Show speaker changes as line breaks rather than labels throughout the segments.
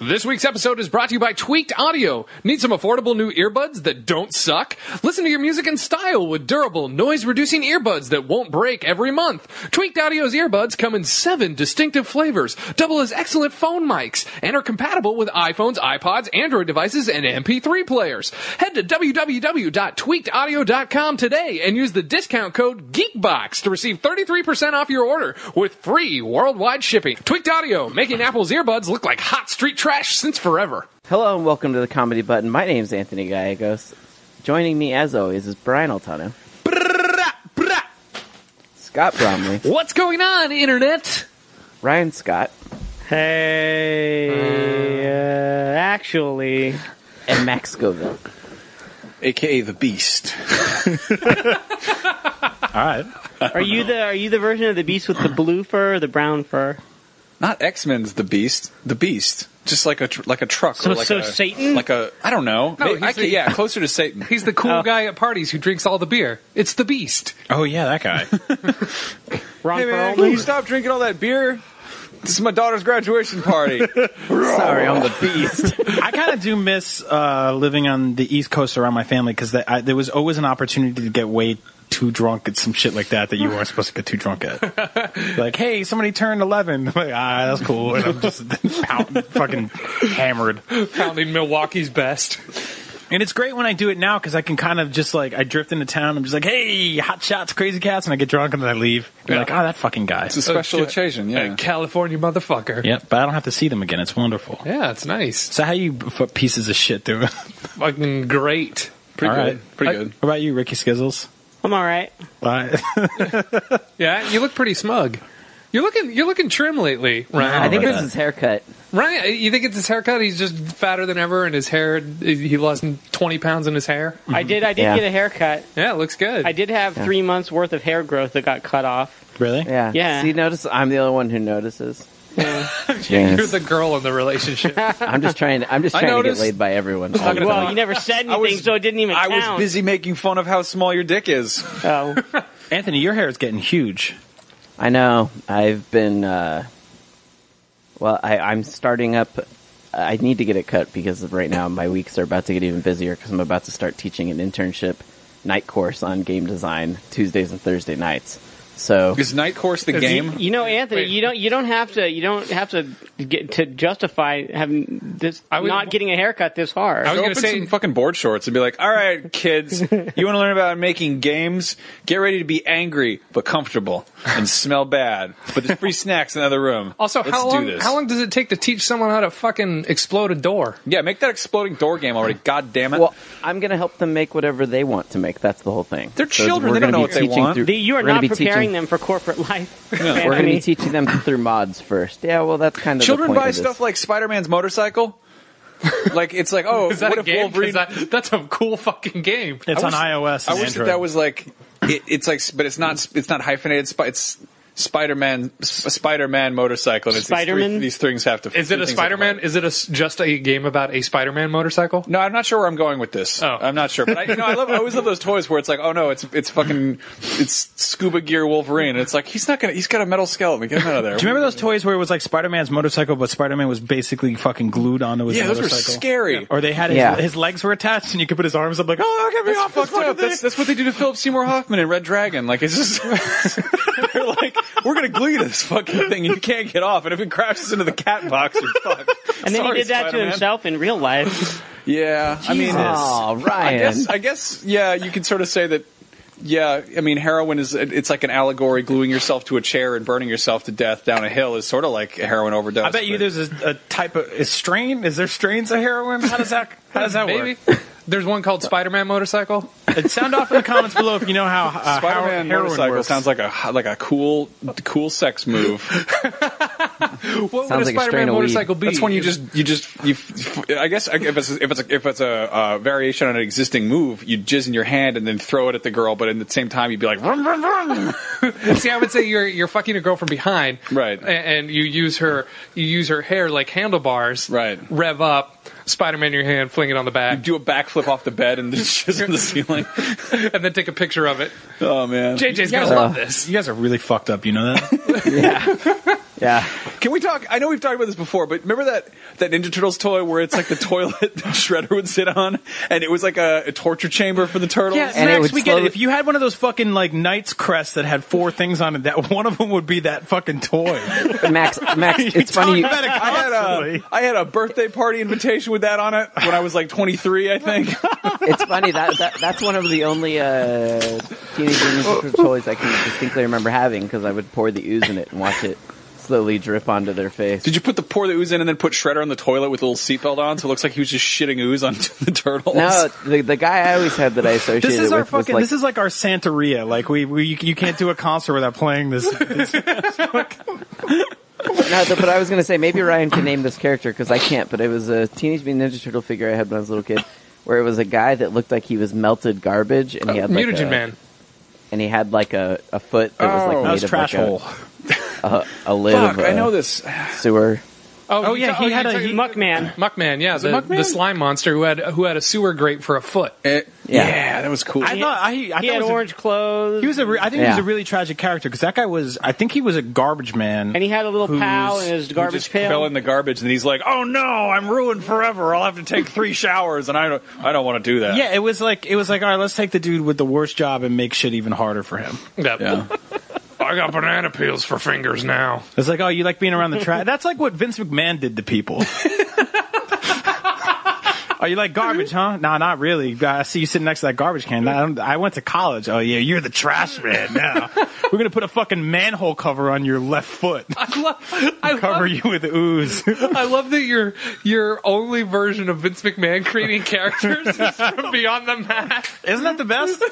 This week's episode is brought to you by Tweaked Audio. Need some affordable new earbuds that don't suck? Listen to your music in style with durable, noise reducing earbuds that won't break every month. Tweaked Audio's earbuds come in seven distinctive flavors, double as excellent phone mics, and are compatible with iPhones, iPods, Android devices, and MP3 players. Head to www.tweakedaudio.com today and use the discount code GEEKBOX to receive 33% off your order with free worldwide shipping. Tweaked Audio, making Apple's earbuds look like hot street trash since forever.
Hello and welcome to the Comedy Button. My name's Anthony Gallegos. Joining me, as always, is Brian Altano, Scott Bromley,
What's going on, Internet?
Ryan Scott,
Hey, uh, actually,
and Max Scoville.
aka the Beast.
All right.
are you the are you the version of the beast with the blue fur or the brown fur?
Not X Men's the Beast, the Beast. Just like a tr- like a truck.
So-
or like
so
a,
Satan?
Like a I don't know.
No,
May-
he's
I ca-
the-
yeah, closer to Satan.
He's the cool guy at parties who drinks all the beer. It's the beast.
Oh yeah, that guy.
Wrong
Hey
fur
man, can
only?
you stop drinking all that beer? This is my daughter's graduation party.
Sorry, I'm the Beast.
I kind of do miss uh, living on the East Coast around my family because there was always an opportunity to get way too drunk at some shit like that that you weren't supposed to get too drunk at. like, hey, somebody turned eleven. Like, ah, that's cool. And I'm just pound, fucking hammered.
Pounding Milwaukee's best.
And it's great when I do it now because I can kind of just like I drift into town. I'm just like, hey, hot shots, crazy cats, and I get drunk and then I leave. And
Yeah.
Like, oh, that fucking guy.
It's a special occasion. Yeah.
A California motherfucker.
Yep, but I don't have to see them again. It's wonderful.
Yeah, it's nice.
So how you f- pieces of shit do? All
Fucking great.
Pretty
All
good.
right.
Pretty
I-
good.
What about you, Ricky Skizzles?
I'm all right.
Uh,
Yeah, you look pretty smug. You're looking you're looking trim lately, Ryan.
I think
about
this
that.
is haircut.
Ryan, you think it's his haircut? He's just fatter than ever, and his hair he lost 20 pounds in his hair.
I did I did
Yeah.
get a haircut.
Yeah, it looks good.
I did have three months worth of hair growth that got cut off.
really?
Yeah.
Yeah.
See, notice I'm the only one who notices.
You're
Yes.
the girl in the relationship.
I'm just trying. To, I'm just
I
trying to get
noticed-
laid by everyone. all the
Well,
time.
you never said anything,
was-
so it didn't even
I
count.
was busy making fun of how small your dick is.
Oh,
Anthony, your hair is getting huge.
I know. I've been. Uh, well, I, I'm starting up. I need to get it cut because of right now my weeks are about to get even busier because I'm about to start teaching an internship night course on game design Tuesdays and Thursday nights. So
Is Night Course the game?
you know, Anthony,
Wait.
you don't you don't have to you don't have to get to justify having this
I was-
not getting a haircut this hard.
I was
Go
gonna
open
say-
some fucking board shorts and be like, "All right, kids, you want to learn about making games? Get ready to be angry but comfortable and smell bad. But there's free snacks in the other room.
Also,
Let's
how
do
long
this.
how long does it take to teach someone how to fucking explode a door?
Yeah, make that exploding door game already. God damn it.
Well, I'm going to help them make whatever they want to make. That's the whole thing.
They're
So
children.
we're
They don't
gonna
know
be
what they
teaching
want.
through-
The- you are
we're gonna
not
be
preparing
teaching,
them for corporate life.
We're going to
Anthony.
be teaching them through mods first. Yeah, well, that's kind of
Children
the point
buy
of this.
stuff like Spider-Man's motorcycle. like it's like, oh,
Is that
what
a
if
game? 'Cause
Wolverine?
that- that's a cool fucking game.
It's
I
on
wish-
iOS.
I
And
wish that
Android.
that was like it, it's like, but it's not. It's not hyphenated. spi- It's Spider-Man, S- Spider-Man motorcycle. And it's These,
Spider-Man?
three, these things have to.
Is it
three
a
things have to
Spider-Man?
work.
Is it a s just a game about a Spider-Man motorcycle?
No, I'm not sure where I'm going with this.
Oh.
I'm not sure, but I, you know, I love. I always love those toys where it's like, oh no, it's it's fucking it's scuba gear Wolverine. And it's like he's not gonna. He's got a metal skeleton. Get him out of there.
Do you remember those toys where it was like Spider-Man's motorcycle, but Spider-Man was basically fucking glued onto his
Yeah, those were
motorcycle?
scary.
Or they had his,
Yeah.
his legs were attached, and you could put his arms up like, oh, get me
That's
off this
fucked
fucking
up.
thing.
That's, that's what they do to Philip Seymour Hoffman in Red Dragon. Like, it's just they're like, we're gonna glue you to this fucking thing. You can't get off, and if it crashes into the cat box, you're fucked.
And then
Sorry,
he did that
Spider-Man.
to himself in real life.
Yeah, I mean,
Jesus.
Oh,
I
Ryan.
guess, I guess, yeah, you could sort of say that. Yeah, I mean, heroin is it's like an allegory. Gluing yourself to a chair and burning yourself to death down a hill is sort of like a heroin overdose.
I bet you
but-
there's a, a type of is strain. Is there strains of heroin? How does that? How does that
Maybe.
work?
There's one called Spider-Man motorcycle.
And sound off in the comments below if you know how uh, how
Spider-Man
heroin
motorcycle
works.
sounds like a like a cool cool sex move.
What would
Sounds
a
like a strain
Spider-Man
of weed.
motorcycle be?
That's when you just you just you. I guess if it's if it's a, if it's a uh, variation on an existing move, you jizz in your hand and then throw it at the girl. But at the same time, you'd be like, vroom, vroom, vroom.
See, I would say you're you're fucking a girl from behind,
Right.
a- And, you use her you use her hair like handlebars,
Right.
Rev up, Spider-Man in your hand, fling it on the back,
do a backflip off the bed and just jizz on the ceiling.
and then take a picture of it.
Oh man,
JJ's
You
gonna
guys
love
are-
this.
You guys are really fucked up. You know that?
Yeah.
Can we talk? I know we've talked about this before, but remember that that Ninja Turtles toy where it's like the toilet that Shredder would sit on, and it was like a, a torture chamber for the turtles.
Yeah,
And it
Max,
would
we get it.
slowly-
If you had one of those fucking like Knights crest that had four things on it, that one of them would be that fucking toy.
Max, Max, it's funny. You,
I had a I had a birthday party invitation with that on it when I was like 23, I think.
it's funny that, that that's one of the only uh, Teenage Mutant Ninja Turtle toys I can distinctly remember having because I would pour the ooze in it and watch it slowly drip onto their face.
Did you put the pour the ooze in and then put Shredder on the toilet with a little seatbelt on, so it looks like he was just shitting ooze onto the turtles?
No, the the guy I always had that I associated
This is our
with was
fucking.
like
this is like our Santeria. Like we, we, you, you can't do a concert without playing this. this
No, th- but I was going to say maybe Ryan can name this character because I can't. But it was a Teenage Mutant Ninja Turtle figure I had when I was a little kid, where it was a guy that looked like he was melted garbage, and
Uh,
he had like
Mutagen
a,
Man.
and he had like a, a foot that was like
Oh.
made
that was
of
trash
like a-
hole.
a, a lid
Fuck,
of a
I know this. Eh,
sewer.
Oh, yeah, he had a-
you're
he-
talking-
Muck Man.
Muckman, yeah, the,
Muckman?
the slime monster who had who had a sewer grate for a foot.
Eh,
Yeah.
yeah. that was cool.
I thought I, I thought
He
it
had
was a-
orange clothes.
he was a. Re- I think he was
Yeah.
a really tragic character because that guy was. I think he was a garbage man.
and he had a little pal
Who's-
in his
Who
garbage
just fell in
pail.
the garbage, and he's like, "Oh no, I'm ruined forever. I'll have to take three showers, and I don't, I don't want to do that."
yeah, it was like it was like all right, let's take the dude with the worst job and make shit even harder for him.
That-
Yeah.
I got banana peels for fingers now.
It's like oh, you like being around the trash. That's like what Vince McMahon did to people. Oh, you like garbage, huh? No, not really. I see you sitting next to that garbage can. I, don't, I went to college. Oh yeah, you're the trash man now. We're gonna put a fucking manhole cover on your left foot,
I love, I love,
cover you with ooze.
I love that your your only version of Vince McMahon creating characters is from Beyond the Mat.
Isn't that the best?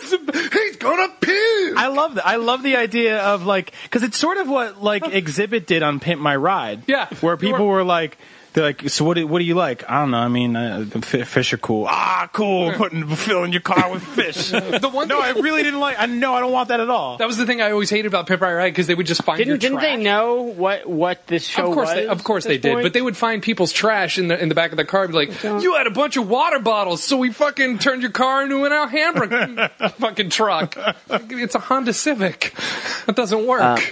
He's gonna pee.
I love that. I love the idea of like because it's sort of what like Exhibit did on Pimp My Ride.
Yeah.
where people were like. They're like, so what? Do, what do you like? I don't know. I mean, uh, f- fish are cool. Ah, cool. Putting filling your car with fish.
The one
no,
thing-
I really didn't like. I no, I don't want that at all.
That was the thing I always hated about Pimp My Ride because they would just find your
Didn't didn't they
trash.
know what what this show
Of course,
was?
they, of course
at this
they did,
point?
but they would find people's trash in the in the back of the car. And be like, you had a bunch of water bottles, so we fucking turned your car into an Alhambra fucking truck. It's a Honda Civic. That doesn't work.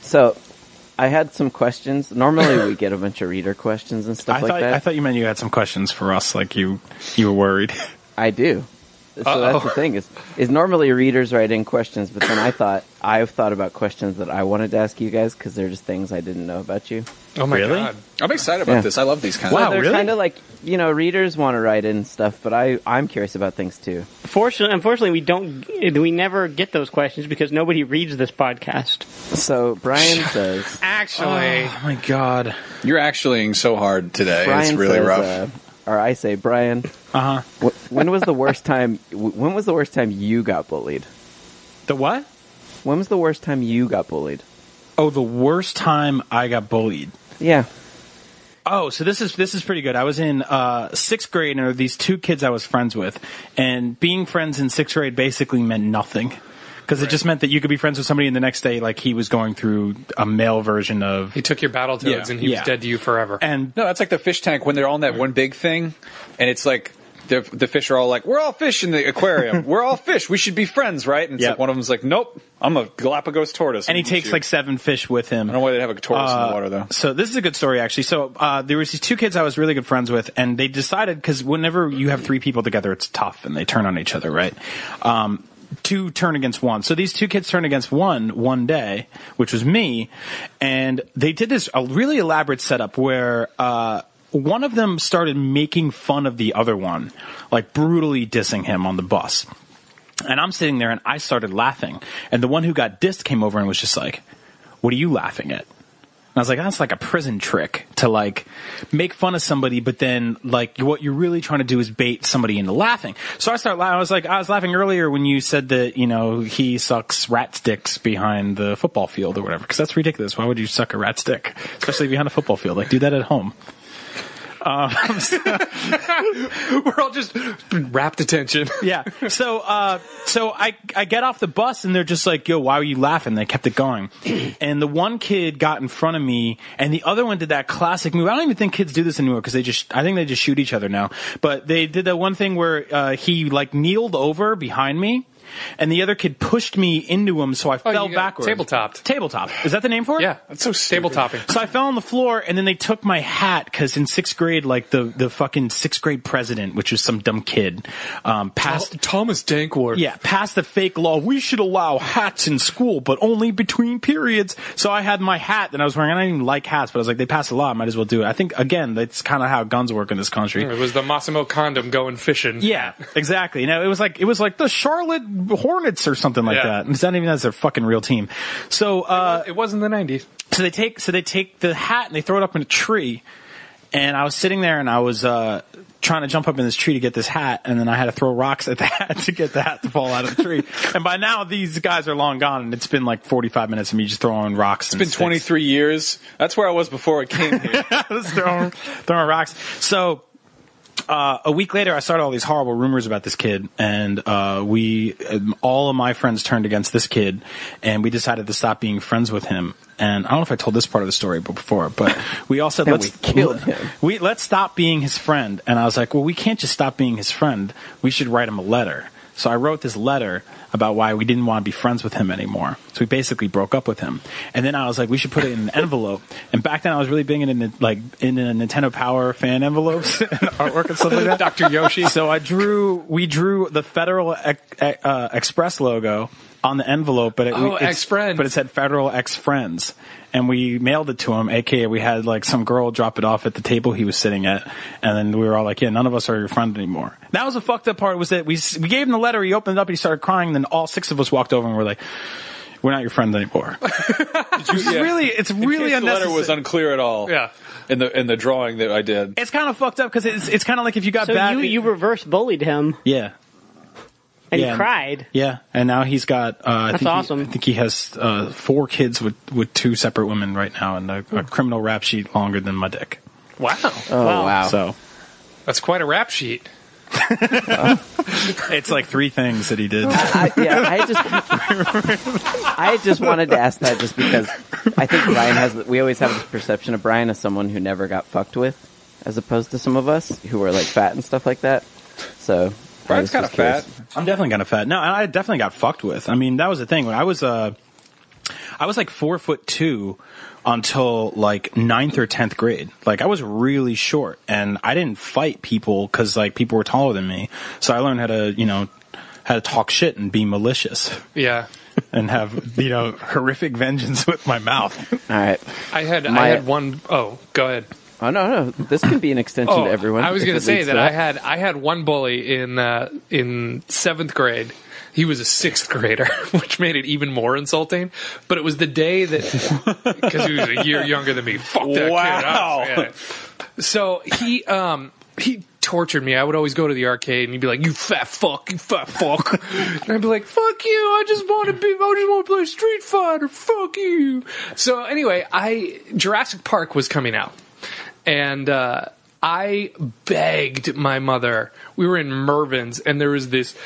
So I had some questions. Normally we get a bunch of reader questions and stuff
I
like
thought
that.
I thought you meant you had some questions for us. Like you, you were worried.
I do. So that's the thing is is normally readers write in questions, but then I thought I've thought about questions that I wanted to ask you guys because they're just things I didn't know about you.
oh my
really?
god!
I'm excited about
Yeah.
this. I love these kinds.
Wow.
of
they're
really?
kind of like you know readers want to write in stuff, but I I'm curious about things too.
Fortunately, unfortunately, we don't. We never get those questions because nobody reads this podcast.
So Brian says
Actually,
Oh my god.
You're actuallying so hard today.
Brian
it's really
says,
rough.
uh, or I say Brian.
Uh huh.
wh- when was the worst time? wh- When was the worst time you got bullied?
The what?
When was the worst time you got bullied?
Oh, the worst time I got bullied.
Yeah.
Oh, so this is this is pretty good. I was in uh, sixth grade, and there were these two kids I was friends with, and being friends in sixth grade basically meant nothing because it just meant that you could be friends with somebody, and the next day, like he was going through a male version of
he took your battle toads
Yeah,
and he
yeah.
was dead to you forever.
and
No, that's like the fish tank when they're all in that one big thing, and it's like the the fish are all like, "We're all fish in the aquarium. We're all fish. We should be friends, right?" And it's
Yeah.
like one of them's like, "Nope, I'm a Galapagos tortoise."
and he
I'm
takes
with you."
like seven fish with him.
I don't know why they have a tortoise in
Uh,
the water though.
So this is a good story actually. So uh, there was these two kids I was really good friends with, and they decided because whenever you have three people together, it's tough, and they turn on each other, right? Um, two turn against one. So these two kids turned against one one day, which was me, and they did this a really elaborate setup where. Uh, one of them started making fun of the other one, like brutally dissing him on the bus. And I'm sitting there and I started laughing. And the one who got dissed came over and was just like, What are you laughing at? And I was like, that's like a prison trick to like make fun of somebody, but then like what you're really trying to do is bait somebody into laughing. So I start laughing. I was like, I was laughing earlier when you said that, you know, he sucks rat sticks behind the football field or whatever, because that's ridiculous. Why would you suck a rat stick? Especially behind a football field. Like do that at home.
We're all just rapt attention.
yeah. So, uh, so I, I get off the bus and they're just like, yo, why were you laughing? They kept it going. And the one kid got in front of me and the other one did that classic move. I don't even think kids do this anymore because they just, I think they just shoot each other now. But they did that one thing where, uh, he like kneeled over behind me and the other kid pushed me into him, so I
Oh,
fell
you got
backwards.
tabletopped.
Tabletop. Is that the name for it?
Yeah.
That's so stupid.
Tabletopping.
So I fell on the floor, and then they took my hat because in sixth grade, like the the fucking sixth grade president, which was some dumb kid, um,
Oh.
passed
Thomas Dankworth.
yeah, passed the fake law. We should allow hats in school, but only between periods. So I had my hat that I was wearing. and I didn't even like hats, but I was like, they passed a law. I might as well do it. I think, again, that's kind of how guns work in this country.
It was the Massimo condom going fishing.
Yeah, exactly. No, it was like, it was like the Charlotte Hornets or something like
Yeah.
that. It's not even that's their fucking real team. So, uh,
It wasn't the 90s.
so they take so they take the hat and they throw it up in a tree and i was sitting there and i was uh trying to jump up in this tree to get this hat and then i had to throw rocks at the hat to get the hat to fall out of the tree and by now these guys are long gone and it's been like 45 minutes of me just throwing rocks
It's been 23 years. That's where I was before I came here.
just throwing, throwing rocks. So uh, a week later, I started all these horrible rumors about this kid, and uh, we um, all of my friends turned against this kid, and we decided to stop being friends with him. And I don't know if I told this part of the story before, but we all said
That
let's
we killed him.
we let's stop being his friend. And I was like, well, we can't just stop being his friend. We should write him a letter. So I wrote this letter about why we didn't want to be friends with him anymore. So we basically broke up with him. And then I was like, we should put it in an envelope. And back then I was really big into like in a Nintendo Power fan envelopes and artwork and stuff like that.
Dr. Yoshi.
So I drew, we drew the Federal Ex- uh, Express logo on the envelope, but it,
Oh,
it's-
Ex-Friends.
but it said Federal Ex Friends, and we mailed it to him. AKA, we had like some girl drop it off at the table he was sitting at, and then we were all like, "Yeah, none of us are your friend anymore." That was the fucked up part. Was that we s- we gave him the letter, he opened it up, and he started crying. Then all six of us walked over and we're like. We're not your friend anymore.
It's
really- it's really
the letter was
unnecessary.
unclear at all.
Yeah.
In the in the drawing that I did.
It's kind of fucked up because it's it's kind of like if you got
So
bad.
you, you reverse bullied him
yeah,
and
Yeah.
he cried.
yeah, and now he's got. Uh, I
That's
think he-
awesome.
I think he has uh, four kids with with two separate women right now, and a, a criminal rap sheet longer than my dick.
Wow.
Oh
Wow.
wow.
So
That's quite a rap sheet.
it's like three things that he did.
I, yeah, I just, I just wanted to ask that just because I think Brian has. We always have this perception of Brian as someone who never got fucked with, as opposed to some of us who are like fat and stuff like that. So I was
Brian's kind of
just curious.
fat.
I'm definitely kind of fat. No, and I definitely got fucked with. I mean, that was the thing when I was uh, I was like four foot two until like ninth or tenth grade. Like I was really short, and I didn't fight people because like people were taller than me. So I learned how to you know how to talk shit and be malicious
Yeah.
and have you know horrific vengeance with my mouth.
All right.
I had I
My-
had one oh, go ahead.
Oh no, no. This can be an extension
Oh,
to everyone.
I was
if
going
it
to say
leads
that, I had I had one bully in uh, in seventh grade. He was a sixth grader, which made it even more insulting. But it was the day that because he was a year younger than me. Fuck that kid. I
Wow.
was mad. So he um he tortured me. I would always go to the arcade and he'd be like, "You fat fuck, you fat fuck," and I'd be like, "Fuck you! I just want to be. I just want to play Street Fighter. Fuck you." So anyway, I Jurassic Park was coming out, and. uh I begged my mother. We were in Mervin's, and there was this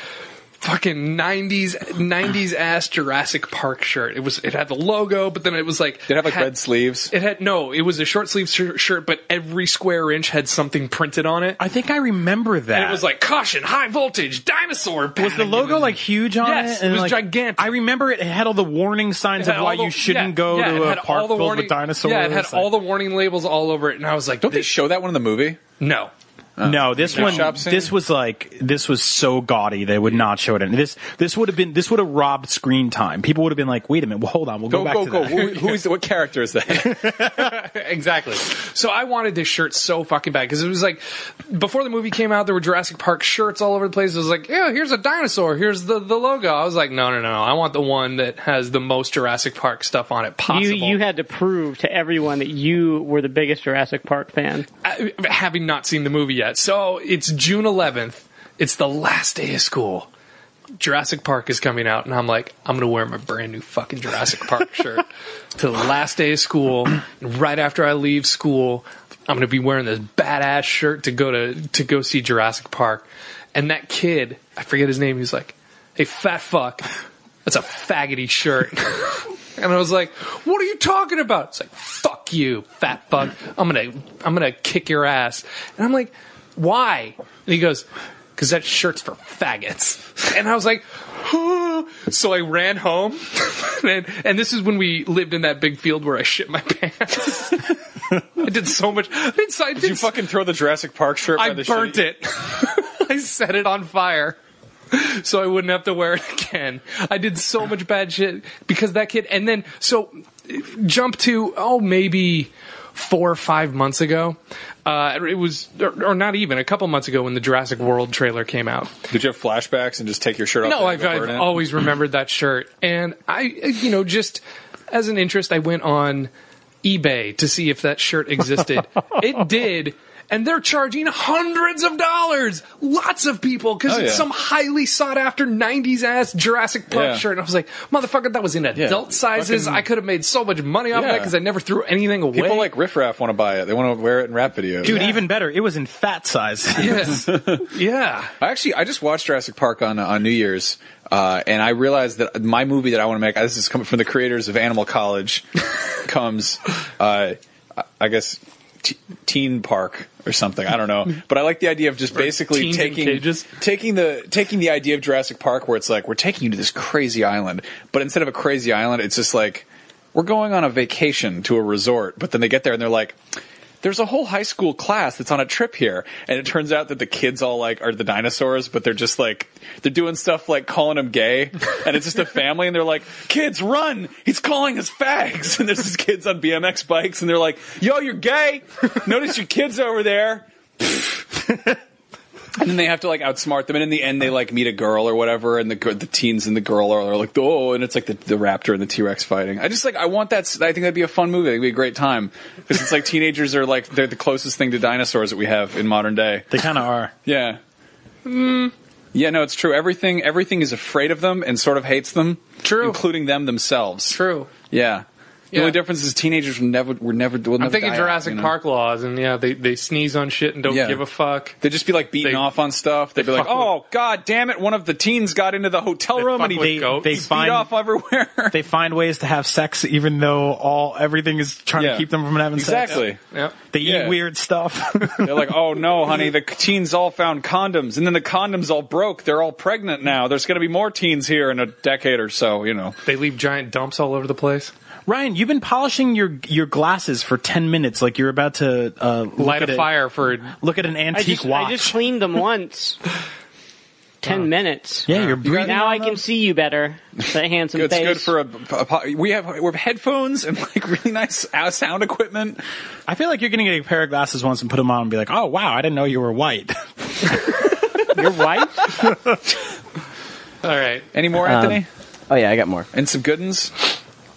fucking '90s '90s ass Jurassic Park shirt. It was it had the logo, but then it was like
Did it have like red sleeves?
it had no. It was a short sleeve shir- shirt, but every square inch had something printed on it.
I think I remember that.
And it was like caution, high voltage, dinosaur.
Was the logo like huge on
Yes,
it? And
it was
like,
gigantic.
I remember it had all the warning signs
had
of why
all the-
you shouldn't
yeah,
go
yeah, it
to a
had all
park
the
filled
warning-
with dinosaurs.
Yeah, it had
Like,
all the warning labels all over it, and I was like,
Don't they show that one in the movie?
no."
No, this
No.
one,
Shop scene?
this was like, this was so gaudy they would not show it. in this, this would have been, this would have robbed screen time. People would have been like, "Wait a minute, well, hold on, we'll go,
Go
back
go
to
go!
that."
Who, who is what character is that?
exactly. So I wanted this shirt so fucking bad because it was like before the movie came out, there were Jurassic Park shirts all over the place. It was like, yeah, here's a dinosaur, here's the, the logo. I was like, no, no, no, no. I want the one that has the most Jurassic Park stuff on it possible.
You you had to prove to everyone that you were the biggest Jurassic Park fan.
I- having not seen the movie yet. So it's June 11th. It's the last day of school. Jurassic Park is coming out, and I'm like, I'm gonna wear my brand new fucking Jurassic Park shirt to the last day of school. And right after I leave school, I'm gonna be wearing this badass shirt to go to to go see Jurassic Park. And that kid, I forget his name, he's like, "Hey, fat fuck, that's a faggoty shirt." And I was like, "What are you talking about?" It's like, "Fuck you, fat fuck. I'm gonna, I'm gonna kick your ass." And I'm like, "Why?" And he goes, "Cause that shirt's for faggots." And I was like, so I ran home, and, and this is when we lived in that big field where I shit my pants. I did so much. I did, so- I did
Did you
s-
fucking throw the Jurassic Park shirt?
I
by the
burnt it. I set it on fire. So I wouldn't have to wear it again. I did so much bad shit because that kid, and then, so jump to, oh, maybe four or five months ago. Uh, it was, or, or not even, a couple months ago when the Jurassic World trailer came out.
Did you have flashbacks and just take your shirt off?
No,
and
I've,
go burn
I've
it?
always remembered that shirt. And I, you know, just as an interest, I went on eBay to see if that shirt existed. it did. And they're charging hundreds of dollars, lots of people, because
Oh,
it's
yeah.
some highly sought after 90s ass Jurassic Park
Yeah.
shirt. And I was like, motherfucker, that was in adult sizes.
Fucking-
I could have made so much money off that
Yeah.
because I never threw anything away.
People like Riff Raff want to buy it. They want to wear it in rap videos.
Dude, even better. It was in fat size.
Yes. yeah.
I actually, I just watched Jurassic Park on on New Year's, uh, and I realized that my movie that I want to make, this is coming from the creators of Animal College, comes, uh, I- I guess, t- Teen Park or something. I don't know, but I like the idea of just basically
teens in
taking
cages.
taking the taking the idea of Jurassic Park, where it's like we're taking you to this crazy island, but instead of a crazy island, it's just like we're going on a vacation to a resort. But then they get there and they're like. There's a whole high school class that's on a trip here, and it turns out that the kids all like are the dinosaurs, but they're just like they're doing stuff like calling them gay, and it's just a family, and they're like, "Kids, run! He's calling us fags!" And there's these kids on BMX bikes, and they're like, "Yo, you're gay! Notice your kids over there." And then they have to like outsmart them, and in the end, they like meet a girl or whatever, and the gir- the teens and the girl are, are like, oh, and it's like the, the raptor and the T Rex fighting. I just like I want that. s- I think that'd be a fun movie. It'd be a great time because it's like teenagers are like they're the closest thing to dinosaurs that we have in modern day.
They kind of are.
Yeah.
Hmm.
Yeah, no, it's true. Everything everything is afraid of them and sort of hates them.
True.
including them themselves.
True.
Yeah. The
Yeah.
only difference is teenagers will never were never. Will
I'm thinking Jurassic
you know?
Park laws, and yeah, they, they sneeze on shit and don't
Yeah.
give a fuck.
They'd just be like beating
They-
off on stuff. They'd
they
be like,
fuck with-
"Oh God, damn it! One of the teens got into the hotel room
fuck
and he
with
beat
They,
goats.
they
Speed
find
off everywhere."
they find ways to have sex even though all everything is trying
Yeah.
to keep them from having sex.
exactly.
Yeah.
They
Yeah.
eat weird stuff.
They're like, "Oh no, honey, the teens all found condoms, and then the condoms all broke. They're all pregnant now. There's going to be more teens here in a decade or so. You know,
They leave giant dumps all over the place.
Ryan, you've been polishing your your glasses for ten minutes, like you're about to uh, look
Light
at
a fire for
Look at an
I
antique
just,
watch.
I just cleaned them once. Ten minutes.
yeah, you're breathing.
Now
on
I can
them.
see you better. That handsome
it's
face.
good for a, a po- we have we have headphones and like really nice uh, sound equipment.
I feel like you're gonna get a pair of glasses once and put them on and be like, "Oh wow, I didn't know you were white."
your wife.
All right.
Any more, Anthony?
Oh yeah, I got more.
And some good ones.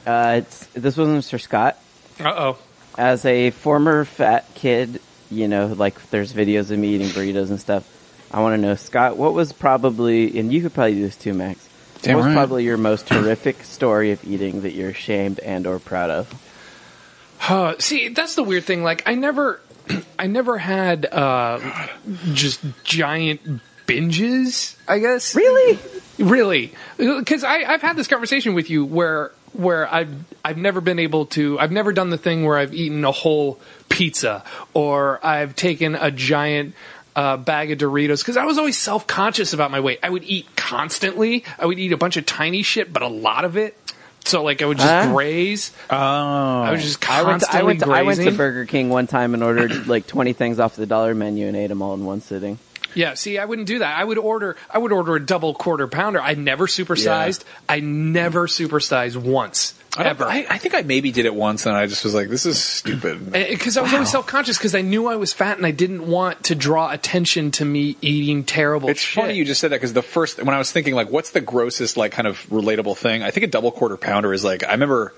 Uh, it's, this was Mr. Scott.
Uh oh.
as a former fat kid, you know, like there's videos of me eating burritos and stuff. I want to know, Scott, what was probably, and you could probably do this too, Max.
Damn
what was
right.
probably your most horrific story of eating that you're ashamed and or proud of?
Uh, see, that's the weird thing. Like, I never, I never had uh, just giant binges. I guess
Really?
really because I've had this conversation with you where where I've I've never been able to I've never done the thing where I've eaten a whole pizza or I've taken a giant uh, bag of Doritos because I was always self conscious about my weight. I would eat constantly. I would eat a bunch of tiny shit, but a lot of it. So like I would just
Huh?
graze.
Oh,
I was just
I went, to,
constantly
I, went to, I went
grazing.
to Burger King one time and ordered like 20 things off the dollar menu and ate them all in one sitting.
Yeah, see, I wouldn't do that. I would order. I would order a double quarter pounder. I never supersized. I never supersized once
I, don't-
ever.
I, I think I maybe did it once, and I just was like, "This is stupid."
because I was always self conscious because I knew I was fat and I didn't want to draw attention to me eating terrible.
It's
shit.
funny you just said that because the first when I was thinking like, what's the grossest like kind of relatable thing? I think a double quarter pounder is like I remember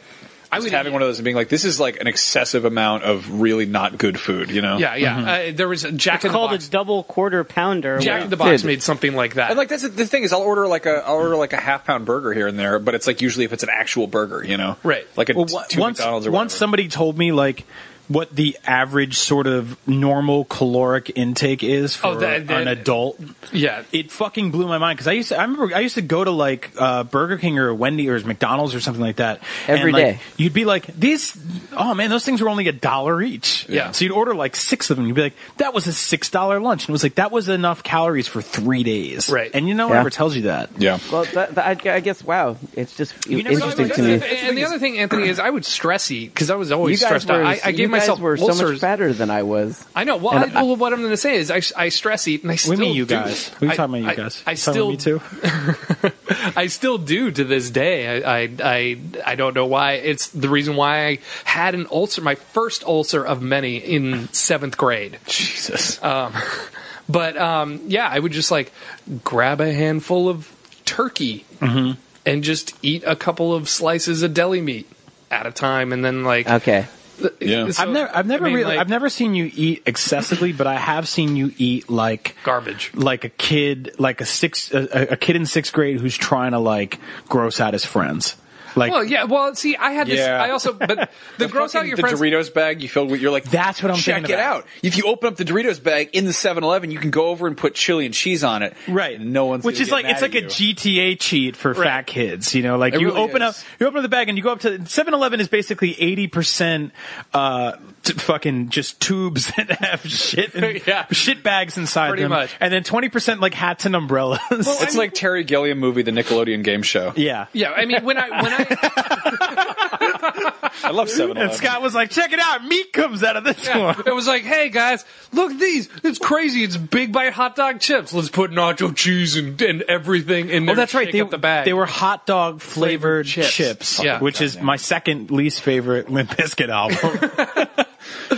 I was
would
having
eat-
one of those and being like, this is like an excessive amount of really not good food, you know?
Yeah, yeah.
Mm-hmm.
Uh, there was a Jack in the
Called a
Box.
double quarter pounder.
Jack
Where-
in the Box
Dude.
made something like that.
And like that's the, the thing is, I'll order like a I'll order like a half pound burger here and there, but it's like usually if it's an actual burger, you know,
Right.
Like a
Well,
t-
on-
two
once
McDonald's or
once
whatever.
somebody told me like what the average sort of normal caloric intake is for
Oh, that- that-
an adult.
Yeah.
It fucking blew my mind because I used to. I remember I used to go to like uh, Burger King or Wendy or McDonald's or something like that
Every
and, like,
day.
You'd be like these. Oh man, those things were only a dollar each.
Yeah.
So you'd order like six of them. You'd be like, that was a six dollar lunch, and it was like that was enough calories for three days.
Right.
And you know,
Yeah.
one ever tells you that.
Yeah.
Well, that, that, I, gu- I guess wow, it's just
You never
interesting
thought
to
about
me.
that.
And the other thing, Anthony, is I would stress eat because I was always stressed out. I, I
you
gave myself
guys were so much
ulcers.
better than I was.
I know. Well,
And
I, well, what I'm going to say is I, I stress eat, and I still
We mean you
do.
guys. We
I-
talking about you
I-
guys.
I,
You talking
still
about me too.
I still do to this day. I, I I I don't know why. It's the reason why I had an ulcer, my first ulcer of many in seventh grade.
Jesus.
Um, but um, yeah, I would just like grab a handful of turkey
Mm-hmm.
and just eat a couple of slices of deli meat at a time, and then like
Okay,
Yeah.
so-
I've never, I've never
I mean,
really,
like,
I've never seen you eat excessively, but I have seen you eat like
garbage.
like a kid, like a six, a, a kid in sixth grade who's trying to like gross out his friends. Like
Well, yeah. Well, see, I had this.
Yeah.
I also, but the, gross out
Fucking
your
the
friends.
Doritos bag you filled with you're like
That's what I'm
check
thinking
it
about.
out. If you open up the Doritos bag in the 7-Eleven, you can go over and put chili and cheese on it.
right,
And no one's
which
gonna
is
get
like
mad
it's like
at
a
you.
GTA cheat for fat kids. You know, like
It
you
really
open
is.
up, you open up the bag and you go up to 7-Eleven is basically eighty percent, uh, t- fucking just tubes that have shit, in,
Yeah.
shit bags inside
Pretty
them,
much.
and then twenty percent like hats and umbrellas.
It's like Terry Gilliam movie, the Nickelodeon game show.
yeah,
Yeah, I mean, when I when I
I love 7-Eleven.
And Scott was like, check it out. Meat comes out of this
Yeah.
one.
It was like, hey guys, look at these. It's crazy. It's big bite hot dog chips. Let's put nacho cheese and, and everything in there.
Well, Oh, that's right.
Shake
They,
up the bag.
they were hot dog
Flavored
flavored
chips.
chips,
Yeah.
which is my second least favorite Limp Bizkit album.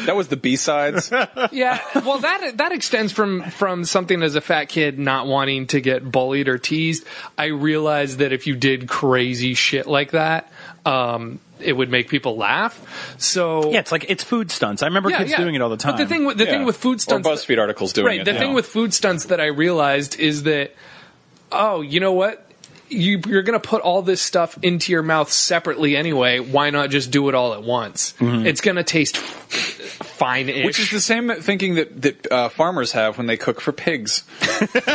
That was the B-sides.
yeah. Well, that that extends from from something as a fat kid not wanting to get bullied or teased. I realized that if you did crazy shit like that, um, it would make people laugh. So
yeah, it's like it's food stunts. I remember kids doing it all the time.
But the thing, with- the thing
Yeah.
with food stunts,
Or BuzzFeed articles doing
right?
it
The thing
now.
with food stunts that I realized is that, oh, you know what? You, you're going to put all this stuff into your mouth separately anyway. Why not just do it all at once?
Mm-hmm.
It's going to taste fine.
Which is the same thinking that that uh, farmers have when they cook for pigs.
It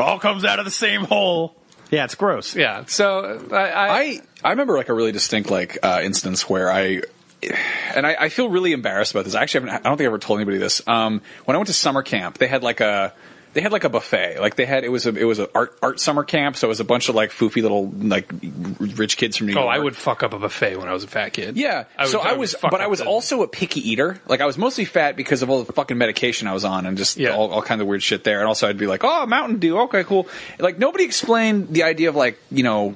all comes out of the same hole. Yeah, it's gross.
yeah. So I, I,
I I remember like a really distinct like uh, instance where I and I, I feel really embarrassed about this. I actually haven't, I don't think I ever told anybody this. Um, when I went to summer camp, they had like a they had like a buffet. Like they had it was a it was an art art summer camp, so it was a bunch of like foofy little like r- rich kids from New
oh,
York.
I would fuck up a buffet when I was a fat kid.
Yeah.
would-
so I
would
was,
fuck
but I
up
was
the-
also a picky eater. Like I was mostly fat because of all the fucking medication I was on and just
Yeah.
all, all kinds of weird shit there. And also I'd be like, oh, Mountain Dew. Okay, cool. Like nobody explained the idea of like, you know,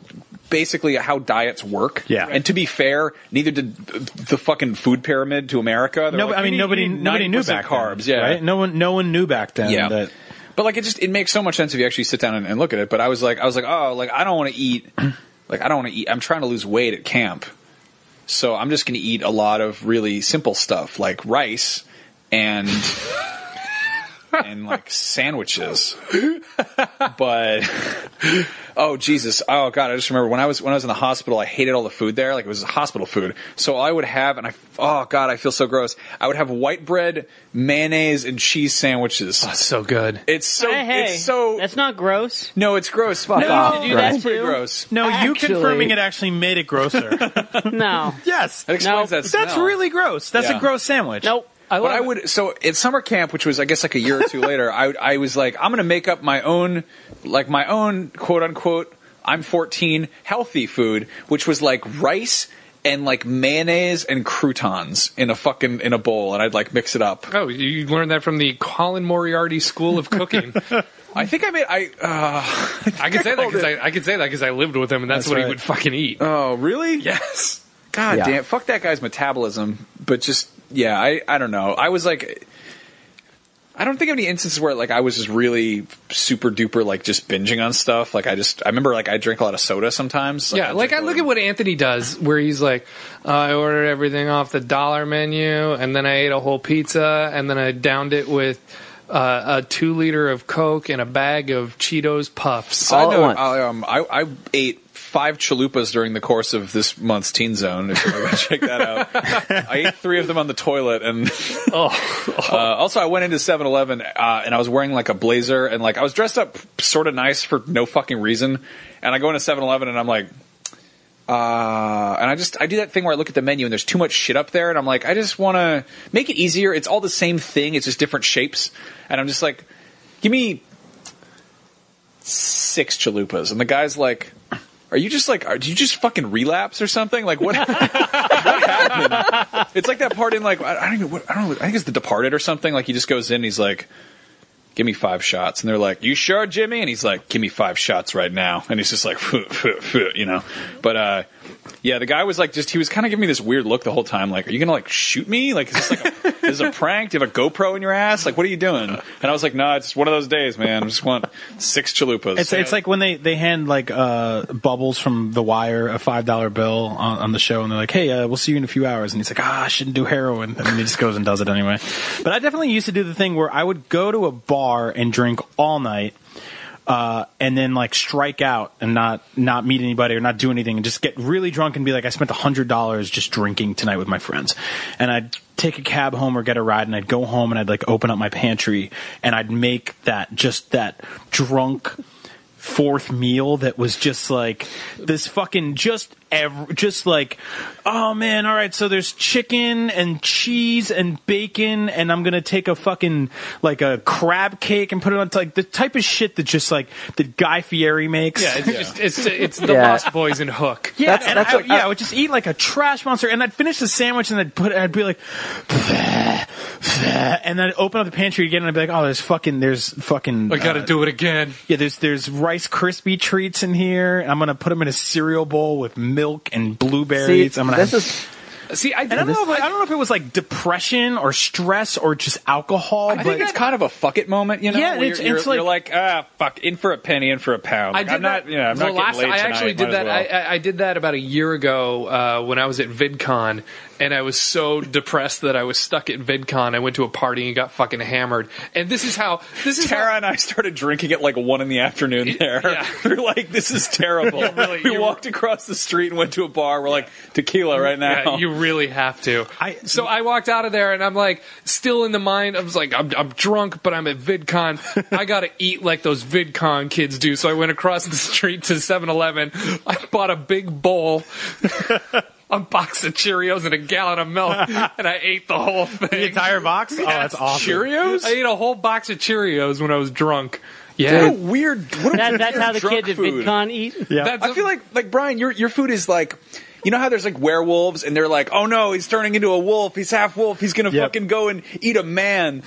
basically how diets work.
Yeah.
And to be fair, neither did the fucking food pyramid to America. They're
No,
like,
I
you
mean
need-
nobody.
you need
Nobody knew
90%
back
carbs.
Then,
yeah.
right? No one. No one knew back then.
Yeah.
That,
But like it just it makes so much sense if you actually sit down and, and look at it. But I was like I was like, oh like I don't want to eat like I don't want to eat I'm trying to lose weight at camp. So I'm just gonna eat a lot of really simple stuff like rice and and like sandwiches. But oh Jesus. Oh god, I just remember when I was when I was in the hospital, I hated all the food there. Like it was hospital food. So all I would have and I oh god, I feel so gross. I would have white bread, mayonnaise, and cheese
Oh,
sandwiches.
That's so good.
It's so
Hey, hey,
it's so
that's not gross.
no, it's gross. Fuck
off,
You do that
It's pretty
too?
gross.
No, you
Actually-
confirming it actually made it grosser.
No,
yes,
That explains
No.
that.
that's
smell.
really gross. That's
Yeah.
a gross sandwich.
nope.
I
But
love
I
it.
would so at summer camp, which was I guess like a year or two later, I I was like, I'm gonna make up my own like my own quote unquote I'm 14 healthy food, which was like rice and like mayonnaise and croutons in a fucking in a bowl, and I'd like mix it up.
Oh, you you learned that from the Colin Moriarty School of Cooking.
I think I made I uh,
I can say that because I, I can say that because I lived with him, and that's,
That's
what he
right. Uh,
would fucking eat.
oh really yes God
Yeah.
damn fuck that guy's metabolism, but just yeah I I don't know I was like I don't think of any instances where like I was just really super duper like just binging on stuff. Like I just I remember like I drink a lot of soda sometimes.
Yeah, like I
drink a
look
lot
at what Anthony does, where he's like, "Oh, I ordered everything off the dollar menu, and then I ate a whole pizza, and then I downed it with uh, a two liter of Coke and a bag of Cheetos puffs.
of-
all
I
at
know
once.
I, um I I ate five chalupas during the course of this month's Teen Zone. If you want to check that out, I ate three of them on the toilet, and
Oh.
uh, also I went into 7-Eleven uh, and I was wearing like a blazer and like I was dressed up sort of nice for no fucking reason, and I go into 7-Eleven and I'm like. Uh, and I just I do that thing where I look at the menu and there's too much shit up there, and I'm like, I just want to make it easier. It's all the same thing. It's just different shapes, and I'm just like, give me six chalupas, and the guy's like, "Are you just like, are, do you just fucking relapse or something? Like what? what happened? It's like that part in like I, I don't even what, I don't know, I think it's The Departed or something. Like he just goes in and he's like." Give me five shots, and they're like, "You sure, Jimmy?" And he's like, "Give me five shots right now." And he's just like, you know. But uh, yeah, the guy was like, just he was kind of giving me this weird look the whole time. Like, are you gonna like shoot me? Like, is this like a, is this a prank? Do you have a GoPro in your ass? Like, what are you doing? And I was like, nah, it's one of those days, man. I just want six chalupas.
It's it's like when they they hand like uh bubbles from the wire a five dollar bill on, on the show and they're like hey uh, we'll see you in a few hours and he's like ah I shouldn't do heroin and then he just goes and does it anyway. But I definitely used to do the thing where I would go to a bar and drink all night. Uh, and then like strike out and not not meet anybody or not do anything and just get really drunk and be like I spent a hundred dollars just drinking tonight with my friends, and I'd take a cab home or get a ride and I'd go home and I'd like open up my pantry and I'd make that just that drunk fourth meal that was just like this fucking just ev- just like oh man all right so there's chicken and cheese and bacon and i'm gonna take a fucking like a crab cake and put it on like the type of shit that just like that guy fieri makes
Oh, Yeah, it's just it's it's the
Yeah.
Lost Boys and Hook.
yeah,
That's-
and
that's uh,
I,
what-
yeah, I would just eat like a trash monster, and I'd finish the sandwich, and I'd put, I'd be like, and then I'd open up the pantry again, and I'd be like, oh, there's fucking, there's fucking,
I gotta
uh,
do it again.
yeah, there's there's Rice Krispie treats in here. I'm gonna put them in a cereal bowl with milk and blueberries. I'm gonna.
this is
See, I,
and I don't know. If, I don't know if it was like depression or stress or just alcohol.
I
but
think it's kind of a fuck it moment, you know?
Yeah,
where
it's-
you're,
it's
you're- you're like, ah, fuck, in for a penny, in for a pound.
I
Like,
did
I'm not,
that.
you know, I'm
the
not
last,
getting laid
I
tonight,
actually
might
did
as
that.
well.
I, I- I did that about a year ago uh, when I was at VidCon, and I was so depressed that I was stuck at VidCon. I went to a party and got fucking hammered. And this is how this is
Tara
how,
and I started drinking at like one in the afternoon. There,
yeah.
we are like, "This is terrible."
really-
we
you-
walked across the street and went to a bar. We're like, "Tequila right now."
Yeah, you really have to.
I-
so I walked out of there and I'm like, still in the mind. I was like, I'm, I'm drunk, but I'm at VidCon. I gotta eat like those VidCon kids do. So I went across the street to 7-Eleven. I bought a big bowl. A box of Cheerios and a gallon of milk, and I ate the whole thing.
the entire box. Oh, that's awesome.
Cheerios? Oh, I ate a whole box of Cheerios when I was drunk.
what
Yeah.
a weird. What a
That,
weird
that's how the
drunk
kids at
food.
VidCon eat.
Yeah.
That's
I feel like like Brian, your your food is like you know how there's like werewolves and they're like, oh no, he's turning into a wolf. He's half wolf. He's gonna
Yep.
fucking go and eat a man.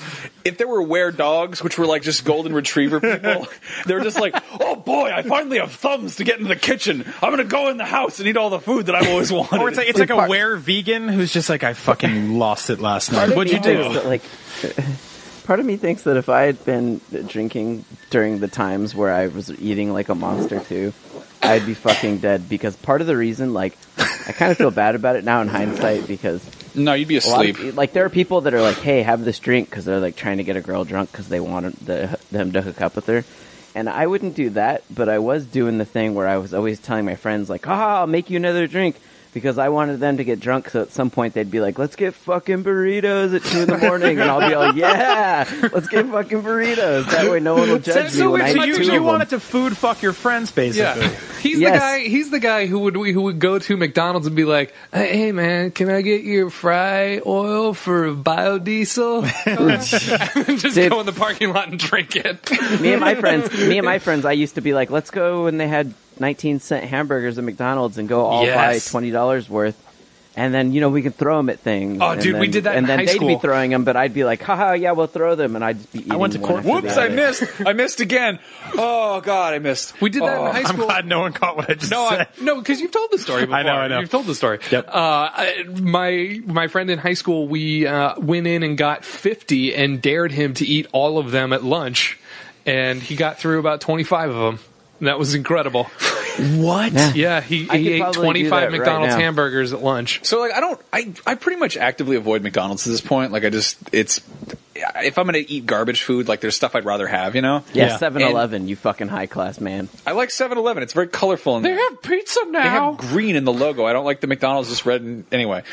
If there were were dogs, which were like just golden retriever people, they're just like, oh boy, I finally have thumbs to get into the kitchen. I'm gonna go in the house and eat all the food that I've always wanted.
Or it's like it's like a wear vegan who's just like I fucking lost it last night.
part of
What'd
me
you do?
thinks that, like, part of me thinks that if I had been drinking during the times where I was eating like a monster too, I'd be fucking dead. Because part of the reason, like, I kind of feel bad about it now in hindsight because
no, you'd be
a lot of- like there are people that are like, "Hey, have this drink" because they're like trying to get a girl drunk because they want the, them to hook up with her. And I wouldn't do that, but I was doing the thing where I was always telling my friends like, "Ah, I'll make you another drink." Because I wanted them to get drunk, so at some point they'd be like, "Let's get fucking burritos at two in the morning," and I'll be like, "Yeah, let's get fucking burritos." That way, no one will judge
So,
me when
wait,
I
so
eat
you,
two
you
of them.
wanted to food fuck your friends basically?
Yeah, he's the
Yes.
guy. He's the guy who would who would go to McDonald's and be like, "Hey man, can I get your fry oil for biodiesel?" and then just
Dude.
go in the parking lot and drink it.
me and my friends, me and my friends, I used to be like, let's go when they had 19 cent hamburgers at McDonald's and go all
Yes.
buy $20 worth. And then, you know, we could throw them at things.
Oh,
and
dude,
then,
we did that
And
in
then
high
they'd be
school.
throwing them, but I'd be like, haha, yeah, we'll throw them. And I'd just be eating
went to
one
court-
after
Whoops!
the
I
other.
missed. I missed again. Oh God, I missed.
We did that
Oh.
in high
I'm
school.
glad no one caught what I just
No,
said.
I, no, because you've told the story before.
I know, I know.
You've told the story.
Yep.
Uh, I, my my friend in high school, we uh, went in and got fifty and dared him to eat all of them at lunch, and he got through about twenty five of them. And that was incredible.
What?
Yeah, he,
I could
he ate
probably do
twenty
that
five
right
McDonald's
now.
hamburgers at lunch.
So like I don't I I pretty much actively avoid McDonald's at this point. Like I just it's if I'm going to eat garbage food, like there's stuff I'd rather have, you know?
Yeah,
Yeah.
Seven Eleven, you fucking high class man.
I like 7 Eleven. It's very colorful. In
They
there.
have pizza
They
now.
have green in the logo. I don't like the McDonald's just red. And, anyway,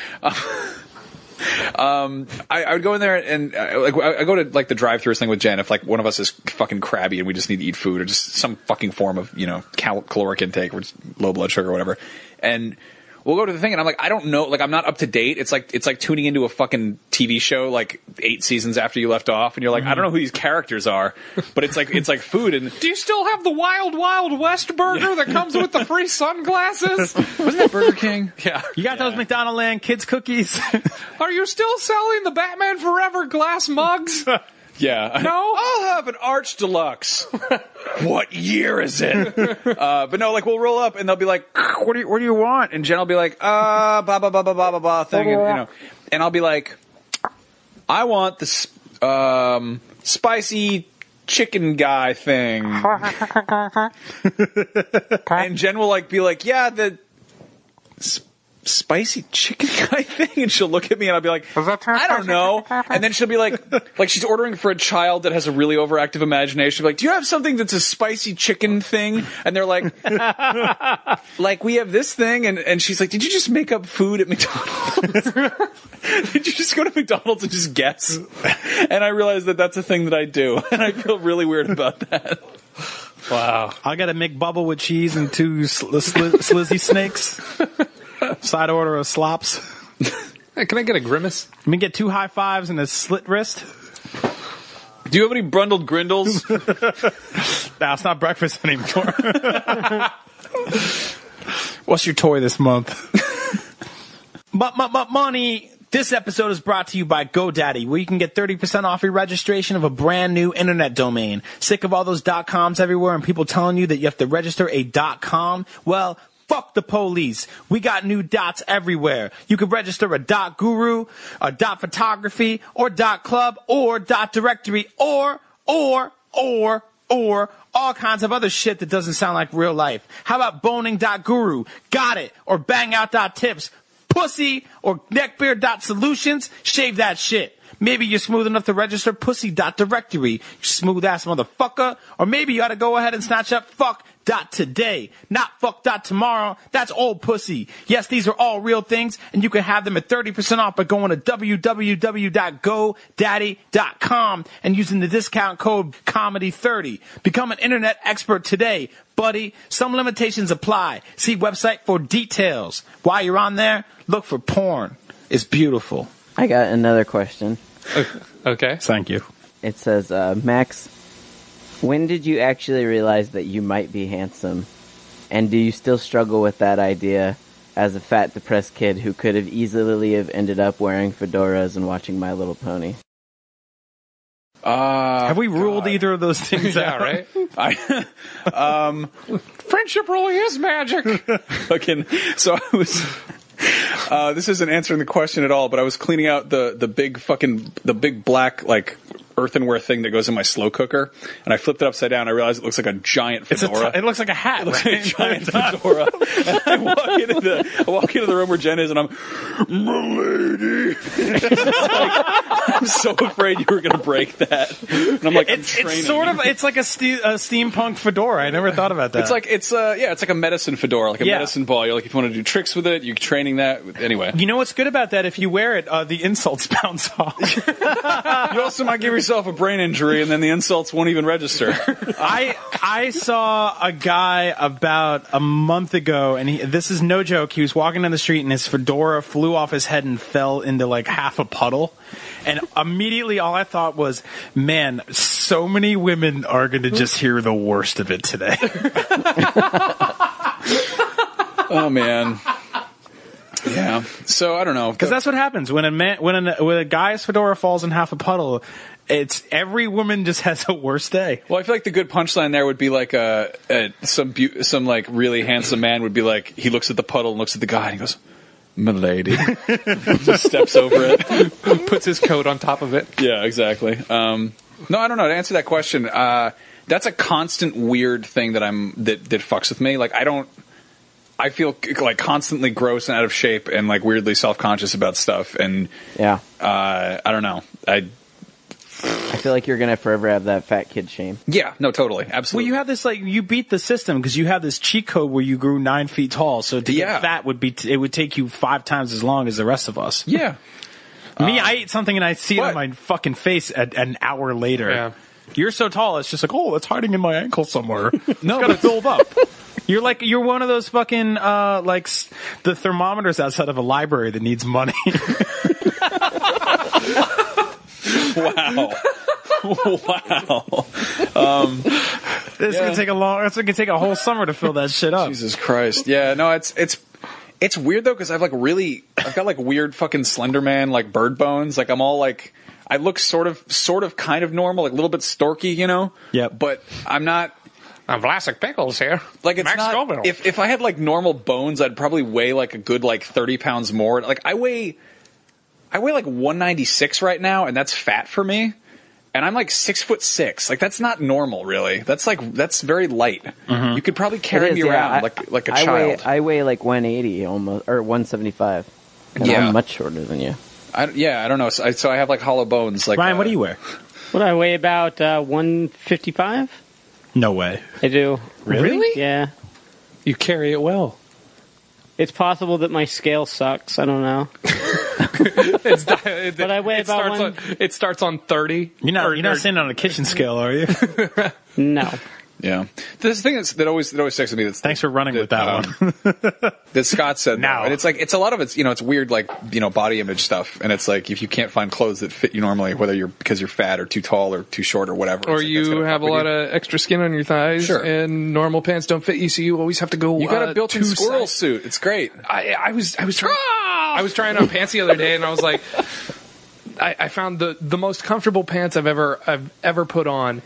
um, I, I would go in there and uh, like I, I go to like the drive-through thing with Jen. If like one of us is fucking crabby and we just need to eat food or just some fucking form of you know cal- caloric intake, or just low blood sugar or whatever, and. We'll go to the thing, and I'm like, I don't know, like I'm not up to date. It's like it's like tuning into a fucking TV show like eight seasons after you left off, and you're like, I don't know who these characters are, but it's like it's like food, and
Do you still have the Wild Wild West burger that comes with the free sunglasses?
wasn't that Burger King?
yeah.
You got those McDonald Land kids cookies.
Are you still selling the Batman Forever glass mugs?
Yeah.
No?
I'll have an Arch Deluxe. what year is it? uh, but no, like we'll roll up and they'll be like, "What do you What do you want?" And Jen will be like, "Uh, blah blah blah blah blah blah blah thing," and, you know, and I'll be like, "I want the sp- um spicy." Chicken guy thing, and Jen will like be like, "Yeah, the sp- spicy chicken guy thing," and she'll look at me and I'll be like, I don't know. And then she'll be like, like she's ordering for a child that has a really overactive imagination. Like, do you have something that's a spicy chicken thing? And they're like, like we have this thing. And, and she's like, did you just make up food at McDonald's? did you just go to McDonald's and just guess? And I realized that that's a thing that I do. And I feel really weird about that.
Wow.
I got a McBubble with cheese and two sl- sli- slizzy snakes. Side order of slops.
Can I get a grimace?
Let me get two high fives and a slit wrist.
Do you have any brundled grindles?
Nah, it's not breakfast anymore. What's your toy this month? but, but, but money. This episode is brought to you by GoDaddy, where you can get 30% off your registration of a brand new internet domain. Sick of all those dot coms everywhere and people telling you that you have to register a dot com? Well, fuck the police. We got new dots everywhere. You can register a dot guru, a dot photography, or dot club, or dot directory, or, or, or, or all kinds of other shit that doesn't sound like real life. How about boning.guru? Got it. Or bangout.tips? Pussy. Or neckbeard.solutions? Shave that shit. Maybe you're smooth enough to register pussy.directory, you smooth ass motherfucker. Or maybe you ought to go ahead and snatch up fuck dot today, not fuck dot tomorrow. That's old pussy. Yes, these are all real things, and you can have them at 30% off by going to www.godaddy.com and using the discount code comedy30. Become an internet expert today, buddy. Some limitations apply. See website for details. While you're on there, look for porn. It's beautiful.
I got another question.
Okay.
Thank you.
It says, uh, Max, when did you actually realize that you might be handsome? And do you still struggle with that idea as a fat, depressed kid who could have easily have ended up wearing fedoras and watching My Little Pony?
Uh,
Have we ruled either of those things
Yeah,
out?
right?
I,
um, Friendship really is magic.
fucking so I was uh, this isn't answering the question at all, but I was cleaning out the the big fucking the big black like earthenware thing that goes in my slow cooker, and I flipped it upside down. I realized it looks like a giant
It's a t-
fedora.
it looks like a hat.
It looks
right?
like a giant fedora. And I walk into the I walk into the room where Jen is, and I'm, "M'lady." Like, I'm so afraid you were gonna break that. And I'm like, I'm
It's, it's
training.
sort of it's like a, ste- a steampunk fedora. I never thought about that.
It's like it's uh yeah, it's like a medicine fedora, like a
Yeah.
medicine ball. You're like if you want to do tricks with it, you're training that. Anyway,
you know what's good about that? If you wear it, uh, the insults bounce off.
You also might give yourself a brain injury, and then the insults won't even register.
I I saw a guy about a month ago, and he, this is no joke. He was walking down the street, and his fedora flew off his head and fell into like half a puddle. And immediately, all I thought was, "Man, so many women are going to just hear the worst of it today."
oh man. Yeah. So I don't know.
Because that's what happens when a man when a when a guy's fedora falls in half a puddle. It's every woman just has a worse day.
well, I feel like the good punchline there would be like uh, uh, some beau- some like really handsome man would be like he looks at the puddle and looks at the guy and he goes, "Milady," just steps over it.
Puts his coat on top of it.
Yeah, exactly. Um, no, I don't know. To answer that question, uh, that's a constant weird thing that I'm that that fucks with me. Like I don't. I feel like constantly gross and out of shape and like weirdly self conscious about stuff and
Yeah.
uh, I don't know. I
I feel like you're gonna forever have that fat kid shame.
Yeah, no, totally,
Well,
absolutely.
you have this like you beat the system because you have this cheat code where you grew nine feet tall. So to
Yeah.
get fat would be t- it would take you five times as long as the rest of us.
yeah,
Me, I ate something and I see it
What?
on my fucking face a, an hour later.
Yeah.
You're so tall, it's just like, oh, it's hiding in my ankle somewhere. no, gotta build up. You're like you're one of those fucking uh like s- the thermometers outside of a library that needs money.
wow. wow.
it's
Yeah.
gonna take a long. It's gonna take a whole summer to fill that
Oh.
shit up.
Jesus Christ. Yeah, no, it's it's it's weird though because I've like really I've got like weird fucking Slender Man like bird bones. Like I'm all like I look sort of sort of kind of normal, like a little bit storky, you know.
Yep.
But I'm not
I'm Vlasic Pickles here.
like it's
Max
not.
Scoville.
If if I had like normal bones, I'd probably weigh like a good like thirty pounds more. Like I weigh I weigh like one ninety six right now, and that's fat for me. And I'm like six foot six. Like that's not normal, really. That's like that's very light. You could probably carry
Mm-hmm. It is,
me
yeah,
around
I-
like like a
I
child.
Weigh, I weigh like 180 almost, or 175. And
Yeah.
I'm much shorter than you.
I, yeah, I don't know. So I, so I have like hollow bones. Like
Ryan,
uh,
what do you wear?
What do I weigh about uh, 155?
No way.
I do.
Really?
Yeah.
you carry it well.
It's possible that my scale sucks. I don't know.
It's, it,
But I weigh
it
about
starts
one-
on, It starts on 30.
You're not.
Or-
you're not
or-
sitting on a kitchen scale, are you?
No.
Yeah, this thing that's, that always that always sticks with me. That's,
Thanks for running with that
um, that Scott said though.
Now.
and it's like it's a lot of it's you know it's weird like you know body image stuff, and it's like if you can't find clothes that fit you normally, whether you're because you're fat or too tall or too short or
Or
whatever, it's like, that's
you
gonna
have a
fuck with
lot
you.
of extra skin on your thighs,
Sure.
and normal pants don't fit you, so you always have to go.
you got
uh,
a built-in
two
squirrel
size-
suit. It's great.
I, I was I was trying I was trying on pants the other day, and I was like, I, I found the the most comfortable pants I've ever I've ever put on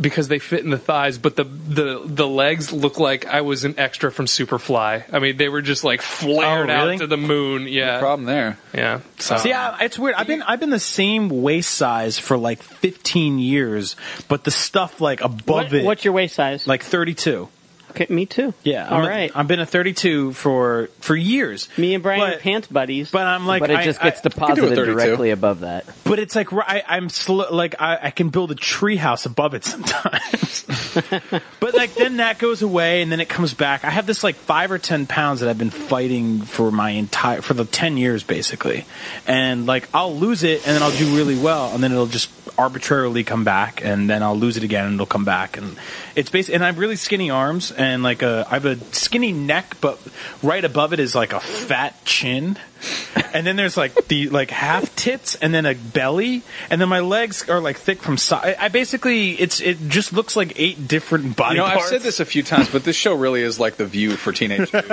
because they fit in the thighs, but the the the legs look like I was an extra from Superfly. I mean, they were just like flared
Oh, really?
out to the moon. Yeah,
Problem there.
yeah. So
See, I, it's weird. I've been I've been the same waist size for like 15 years, but the stuff like above
What,
it,
what's your waist size?
like 32.
okay, me too.
Yeah,
All
I'm a-
right.
I've been a 32 for for years.
me and Brian are
but,
pants buddies.
But I'm like,
but it
I-
just
I-
gets
You can
deposited
do a 32.
directly above that.
But it's like I, I'm sl- like I, I can build a treehouse above it sometimes. but like then that goes away and then it comes back. I have this like five or ten pounds that I've been fighting for my entire for the ten years basically, and like I'll lose it and then I'll do really well and then it'll just arbitrarily come back and then I'll lose it again and it'll come back and it's basically and I have really skinny arms and like a I have a skinny neck but right above it is like a fat chin and then there's like the like half tits and then a belly and then my legs are like thick from side I basically it's it just looks like eight different body
You know, I've
parts
said this a few times, but this show really is like the view for teenage dudes.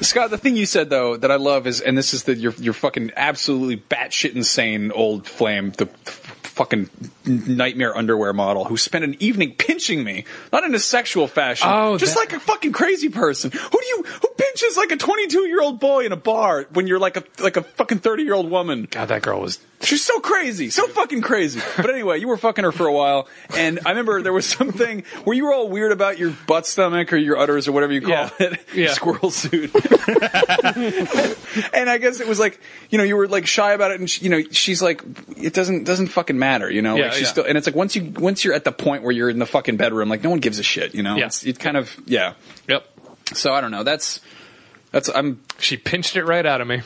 Scott, the thing you said though that I love is, and this is the your your fucking absolutely batshit insane old flame, the f- fucking nightmare underwear model who spent an evening pinching me, not in a sexual fashion,
Oh,
just
that-
like a fucking crazy person. Who do you who pinches like a twenty two year old boy in a bar when you're like a like a fucking thirty year old woman?
God, that girl was.
She's so crazy, so fucking crazy. But anyway, you were fucking her for a while, and I remember there was something where you were all weird about your butt stomach or your udders or whatever you call
Yeah.
it,
Yeah.
squirrel suit. and I guess it was like you know you were like shy about it, and she, you know she's like it doesn't doesn't fucking matter, you know.
Yeah,
like she's
yeah.
still, and it's like once you once you're at the point where you're in the fucking bedroom, like no one gives a shit, you know.
Yeah.
It's, it kind of yeah.
Yep.
So I don't know. That's that's I'm
She pinched it right out of me.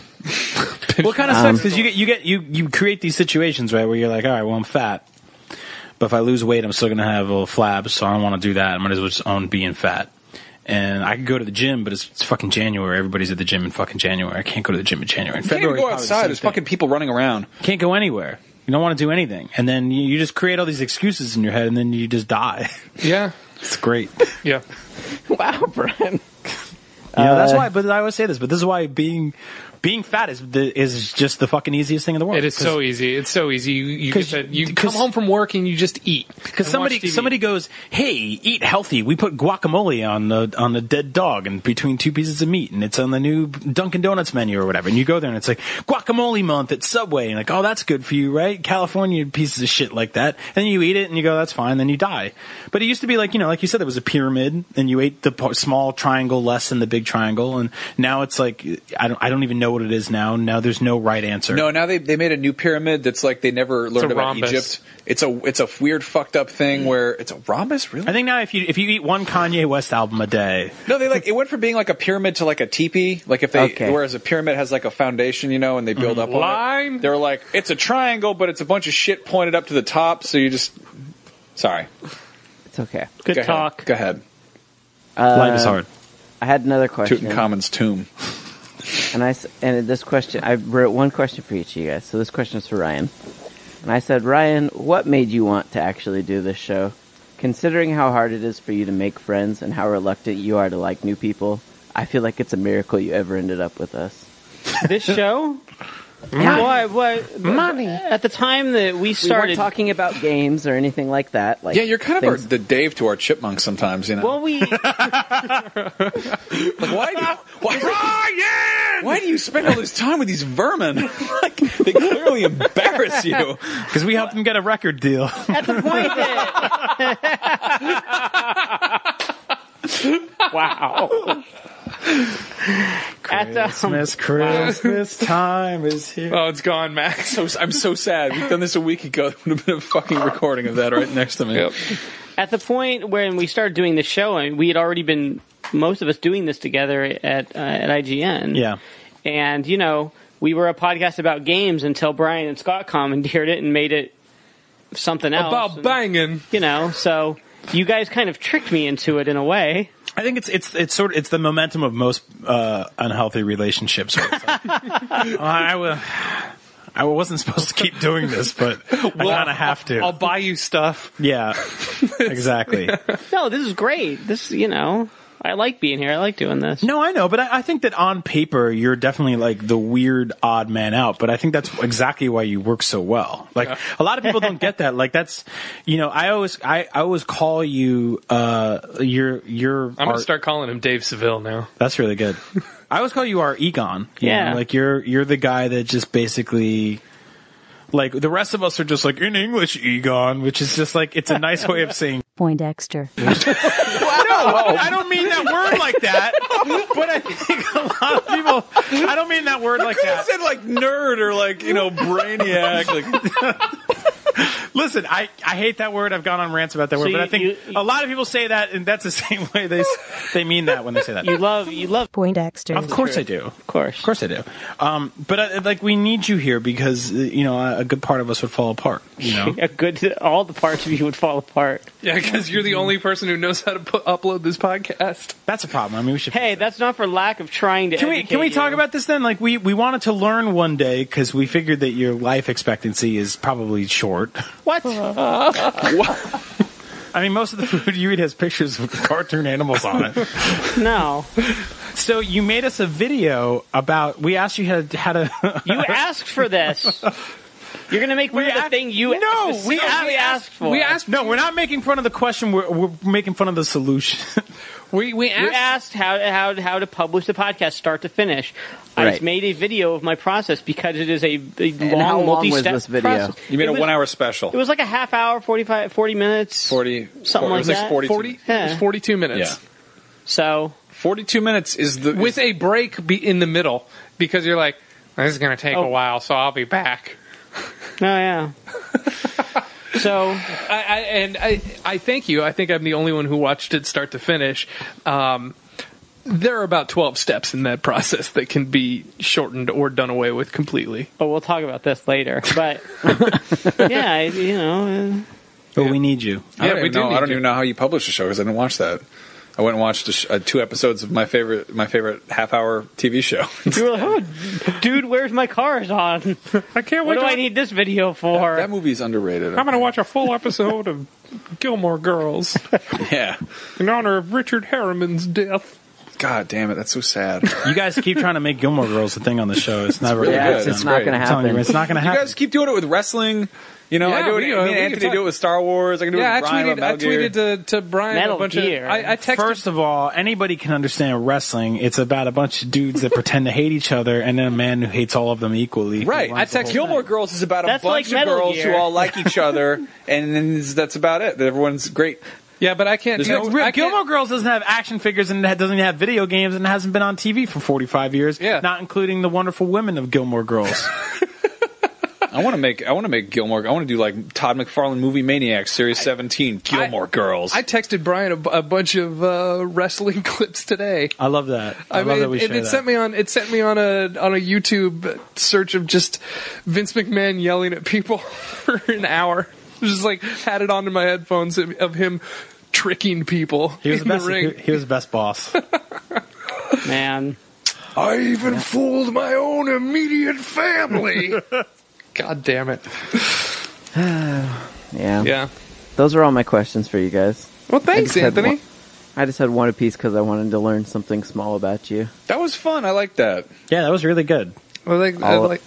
What kind of sucks because you get you get you you create these situations right where you're like, all right, well I'm fat, but if I lose weight, I'm still gonna have a little flab, so I don't want to do that. I might as well just own being fat. And I could go to the gym, but it's, it's fucking January. Everybody's at the gym in fucking January. I can't go to the gym in January. In
can't even
February,
go
probably the
outside.
same
There's
thing.
fucking people running around.
can't go anywhere. You don't want to do anything, and then you, you just create all these excuses in your head, and then you just die.
Yeah.
It's great.
Yeah.
Wow, Brian.
You know, that's
Uh,
why. But I always say this. But this is why being being fat is the, is just the fucking easiest thing in the world.
It is so easy. It's so easy. You you, get
'Cause-
to, you come
'cause-
home from work and you just eat
because
and
somebody
watch TV.
somebody goes, "Hey, eat healthy." We put guacamole on the on the dead dog and between two pieces of meat, and it's on the new Dunkin' Donuts menu or whatever. And you go there and it's like guacamole month at Subway, and like, oh, that's good for you, right? California pieces of shit like that, and then you eat it and you go, that's fine. Then you die. But it used to be like you know, like you said, there was a pyramid, and you ate the p- small triangle less than the big triangle, and now it's like I don't I don't even know know what it is now. Now there's no right answer.
No, now they they made a new pyramid that's like they never learned
a
about
rhombus.
Egypt. It's a it's a weird fucked up thing where it's a rhombus, really.
I think now if you if you eat one Kanye West album a day,
no, they like it went from being like a pyramid to like a teepee. Like if they
Okay.
whereas a pyramid has like a foundation, you know, and they build up on
Lime.
it. They were like it's a triangle, but it's a bunch of shit pointed up to the top. So you just sorry.
It's okay.
Good
Go ahead.
talk. Uh,
Go ahead.
life is hard.
I had another question.
Tutankhamen's tomb.
And I s- and this question, I wrote one question for each of you guys. So this question is for Ryan. And I said, Ryan, what made you want to actually do this show? Considering how hard it is for you to make friends and how reluctant you are to like new people, I feel like it's a miracle you ever ended up with us.
This show. Why? Why? Money. At the time that we
We weren't
started
talking about games or anything like that. Like
Yeah, you're kind of our,
things-
the Dave to our chipmunk sometimes, you know.
Well, we
Like, why? Do, why, why do you spend all this time with these vermin? like they clearly embarrass you.
Because we helped him get a record deal.
at the point that wow. At the, um,
Christmas, Christmas time is here.
Oh, it's gone, Max.
So I'm so sad. We've done this a week ago. There would have been a fucking recording of that right next to me.
Yep.
at the point when we started doing the show, and we had already been most of us doing this together at uh, at IGN.
Yeah.
and you know we were a podcast about games until Brian and Scott commandeered it and made it something else.
About
And,
banging.
you know, so you guys kind of tricked me into it in a way.
I think it's it's it's sort of it's the momentum of most uh, unhealthy relationships. where it's like, "Oh, I wa- I wasn't supposed to keep doing this, but I kind of have to.
I'll buy you stuff.
yeah, exactly.
No, this is great. This, you know, I like being here. I like doing this.
No, I know, but I, I think that on paper you're definitely like the weird odd man out. But I think that's exactly why you work so well. Like a lot of people don't get that. Like that's you know I always I, I always call you uh your your
I'm gonna
art-
start calling him Dave Seville now.
That's really good. I always call you our Egon. you
Yeah.
know, like you're you're the guy that just basically like the rest of us are just like in English Egon, which is just like it's a nice way of saying
Poindexter.
no, I don't mean that word like that. But I think a lot of people I don't mean that word like
I
uh,
that.
said like nerd or like you know brainiac. Like
Listen, I, I hate that word. I've gone on rants about that word,
you-
but I think
you- you-
a lot of people say that and that's the same way they s- they mean that when they say that.
You love, you love,
Poindexter.
of course I do.
of course.
Of course I do. Um, but I, like we need you here because uh, you know a, a good part of us would fall apart. You know,
A good, all the parts of you would fall apart.
Yeah, because you're the only person who knows how to pu- upload this podcast.
that's a problem. I mean, we should.
Hey, that's not for lack of trying to.
can we can we
educate
talk
you.
about this then? Like we we wanted to learn one day because we figured that your life expectancy is probably short.
what?
Uh-huh. I mean, most of the food you eat has pictures of cartoon animals on it.
No,
So you made us a video about. We asked you how to. How to
you asked for this. You're gonna make weird the
asked-
thing you
No, we
specifically
asked-
asked for.
We asked.
no, we're not making fun of the question. We're, we're making fun of the solution.
We we
You
asked.
asked how how how to publish the podcast start to finish. I just
Right.
made a video of my process because it is a, a long,
how long was
multi-step
this video?
process.
you made
it
a
was,
one hour special.
It was like a half hour, 45, 40 minutes.
forty
Something
it was
like
like
that.
42.
40,
Yeah.
it was 42 minutes.
Yeah.
So
42 minutes is the
With a break be in the middle because you're like, this is going to take
Oh.
a while, so I'll be back.
Oh yeah. so
I, I, and I, I thank you. I think I'm the only one who watched it start to finish. Um, there are about 12 steps in that process that can be shortened or done away with completely.
but we'll talk about this later. But yeah, I- you know,
But we need you.
I don't,
we
even know,
need
I don't
to-
even know how you publish a show because I didn't watch that. I went and watched a sh- uh, two episodes of my favorite my favorite half hour TV show.
uh, you were like, "Oh, dude, where's my cars on?
I can't wait.
What do
to
I need this video for?"
that movie is underrated.
I'm going to watch a full episode of Gilmore Girls
yeah.
in honor of Richard Harriman's death.
God damn it, that's so sad. you
You guys keep trying to make Gilmore Girls a thing on the show. It's never.
really
Yeah,
good.
it's, it's
That's
not
great.
going to
I'm telling you,
happen.
it's not going to happen.
guys keep doing it with wrestling. You know,
Yeah,
I do it.
we,
Me
uh,
and
we
Anthony
talk-
do it with Star Wars. I can do
Yeah,
it
I
with Brian
tweeted.
about
I
Metal
tweeted
Gear.
to, to Brian
Metal
a bunch
Gear.
of. I, I texted.
First of all, anybody can understand wrestling. It's about a bunch of dudes that pretend to hate each other, and then a man who hates all of them equally.
Right,
Who
I
runs the
text
whole-
Gilmore Girls is about a
That's
bunch
like
of
Metal
girls
Gear.
who all like each other, and then that's about it. Everyone's great.
Yeah, but I can't.
There's
do-
no-
I
Like,
can't-
Gilmore Girls doesn't have action figures and it doesn't even have video games and it hasn't been on TV for 45 years,
Yeah.
not including the wonderful women of Gilmore Girls.
I want to make I want to make Gilmore. I want to do like Todd McFarlane movie Maniacs series seventeen Gilmore Girls.
I texted Brian a, bu- a bunch of uh, wrestling clips today.
I love that. I, love that we
it, it,
share
it
that.
sent me on it sent me on a on a YouTube search of just Vince McMahon yelling at people for an hour. Just like had it onto my headphones of, of him tricking people
he was the
in
best.
the ring.
He, he was the best boss.
Man.
I even fooled my own immediate family. God damn it!
Yeah.
Yeah.
Those are all my questions for you guys.
Well, thanks,
had
Anthony.
one- I just had one apiece because I wanted to learn something small about you.
that was fun. I like that.
yeah, that was really good.
I like I
All-
like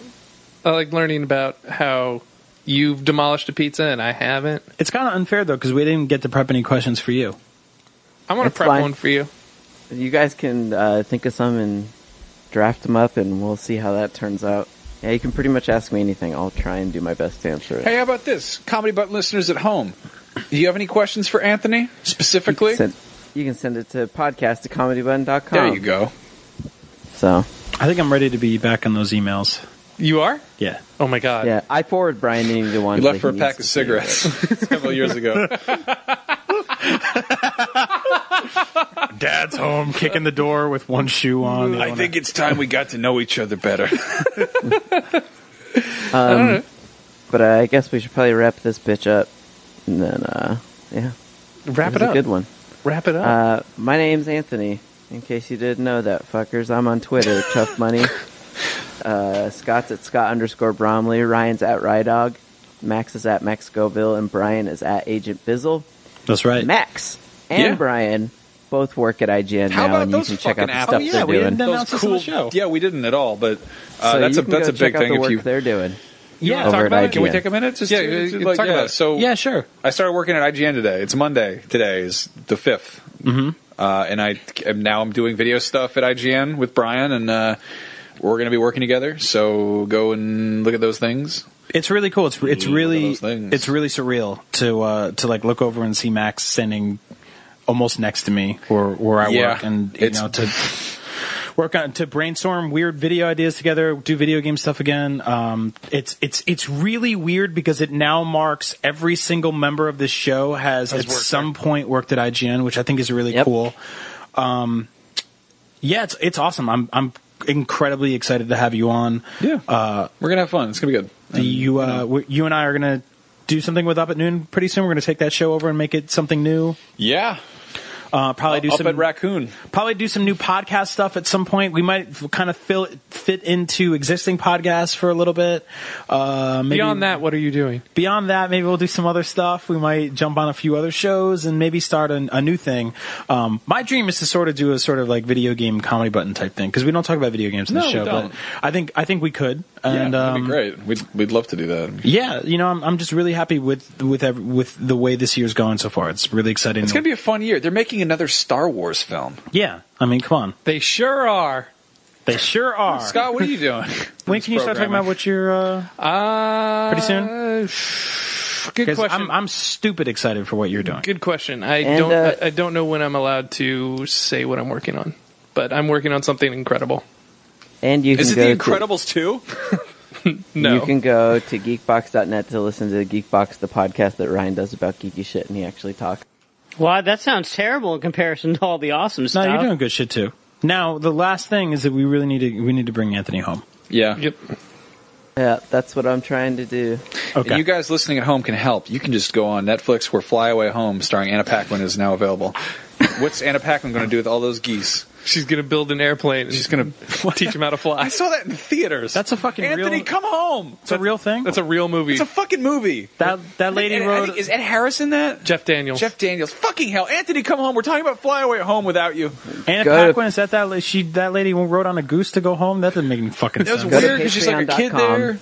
I like learning about how you've demolished a pizza and I haven't.
It's kind of unfair though because we didn't get to prep any questions for you.
I want to
That's
prep
fine.
one for you.
You guys can uh, think of some and draft them up, and we'll see how that turns out. Yeah, you can pretty much ask me anything. I'll try and do my best to answer it.
Hey, how about this? Comedy Button listeners at home, do you have any questions for Anthony specifically?
Send- you can send it to podcast at comedybutton.com.
There you go.
So,
I think I'm ready to be back on those emails.
You are?
Yeah.
Oh my god.
yeah, I forward Brian any of the ones
He left
that
for a
needs
pack
to
of
see, but-
cigarettes several years ago.
Dad's home, kicking the door with one shoe on. the other
I
one-
think it's time we got to know each other better.
But uh, I guess we should probably wrap this bitch up, and then uh, yeah,
Wrap it
It was
up.
a good one.
Wrap it up.
Uh, my name's Anthony. In case you didn't know that, fuckers, I'm on Twitter, Chuff Money. Uh, Scott's at Scott underscore Bromley. Ryan's at Rydog. Max is at Max Scoville, and Brian is at Agent Bizzle.
That's right.
Max and
Yeah.
Brian both work at IGN
How
now,
about
and you
those
can check out
fucking
the
apps?
stuff
Oh, yeah,
they're
we
doing.
didn't announce this on the show.
Yeah, we didn't at all, but uh,
so
that's a
you can
that's
go
a big
check out
thing.
the
If
work
you
they're doing.
you
over at
Can we
IGN.
take a minute? Just
Yeah,
to-
yeah,
to,
yeah,
like,
talk
yeah.
about it.
So
Yeah, sure.
I started working at IGN today. It's Monday. Today is the 5th Mm-hmm. Uh, and I am now I'm doing video stuff at IGN with Brian, and uh, we're going to be working together. So go and look at those things.
It's really cool. It's it's
Ooh,
really
those things.
it's really surreal to uh, to like look over and see Max standing almost next to me or where I
Yeah,
work, and you
it's-
know to work on to brainstorm weird video ideas together, do video game stuff again. Um, it's it's it's really weird because it now marks every single member of this show has, at some point worked at IGN, which I think is really
Yep.
cool. Um, yeah, it's it's awesome. I'm I'm incredibly excited to have you on.
Yeah, uh, we're gonna have fun. It's gonna be good.
The, you, uh, w- you and I are gonna do something with Up at Noon pretty soon. We're gonna take that show over and make it something new.
Yeah,
Uh, probably do
up
some
at Raccoon.
probably do some new podcast stuff at some point. We might f- kind of fill fit into existing podcasts for a little bit. Uh, maybe,
Beyond that, what are you doing?
beyond that, maybe we'll do some other stuff. We might jump on a few other shows and maybe start an, a new thing. Um, my dream is to sort of do a sort of like video game comedy button type thing because we don't talk about video games in
No,
the
we
show.
don't.
But I think I think we could.
Yeah,
And
that'd
um,
be great. We'd we'd love to do that.
yeah, you know, I'm, I'm just really happy with with ev- with the way this year's going so far. It's really exciting.
It's gonna be a fun year. They're making another Star Wars film.
yeah. I mean, come on,
They sure are.
they sure are.
Scott, what are you doing?
when can you start talking about what your? Uh,
Uh,
Pretty
Good
'cause
question.
I'm I'm stupid excited for what you're doing.
Good question. I
And,
don't.
uh,
I, I don't know when I'm allowed to say what I'm working on, but I'm working on something incredible.
And you can
Is it
go
The
to-
Incredibles two?
No,
You can go to geekbox.net to listen to Geekbox, the podcast that Ryan does about geeky shit, and he actually talks.
Wow, that sounds terrible in comparison to all the awesome
No,
stuff.
you're doing good shit too. Now, the last thing is that we really need to we need to bring Anthony home.
Yeah.
Yep.
Yeah, that's what I'm trying to do.
Okay.
And you guys listening at home can help. You can just go on Netflix where Fly Away Home starring Anna Paquin is now available. What's Anna Paquin going to do with all those geese?
She's gonna build an airplane. And
She's going to
teach him how to fly.
I saw that in the theaters.
That's a fucking
Anthony,
real-
come home.
it's a real thing.
That's a real movie.
It's a fucking movie.
that that lady
And- I
wrote.
think- is Ed Harris in that?
Jeff Daniels.
Jeff Daniels. Fucking hell, Anthony, come home. We're talking about Fly Away Home without you.
Anna
Go to-
Paquin is that that la- she that lady who wrote on a goose to go home. That doesn't make any fucking
That was
sense.
Go to
weird because she's like a kid
patreon.com.
there.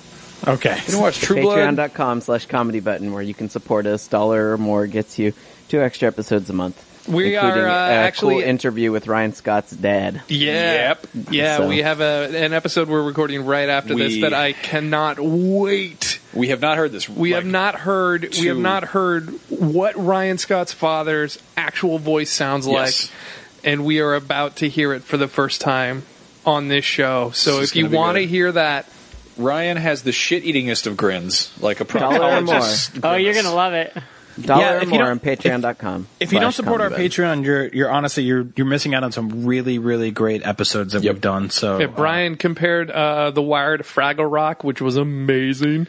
Okay.
You can watch True Blood.
Patreon.com slash comedy button where you can support us. Dollar or more gets you two extra episodes a month.
We
including
are, uh,
a
actually-
cool interview with Ryan Scott's dad.
Yeah.
Yep.
Yeah,
So-
we have a an episode we're recording right after
We-
this that I cannot wait.
We have not heard this.
We
like,
have not heard. We have
two-
not heard what Ryan Scott's father's actual voice sounds
Yes.
like, and we are about to hear it for the first time on this show. So
This is
if you
gonna be
want to
good.
hear that,
Ryan has the shit eatingest of grins, like a
or more.
proctologist.
Oh, you're
grimace.
gonna love it.
Dollar
Yeah,
or
if you
more
don't-
on patreon.com.
If you don't
slash
support our
comedy bang.
Patreon, you're you're honestly you're you're missing out on some really really great episodes that
Yep.
we've done. So
Yeah, Brian compared uh, the Wire to Fraggle Rock, which was amazing.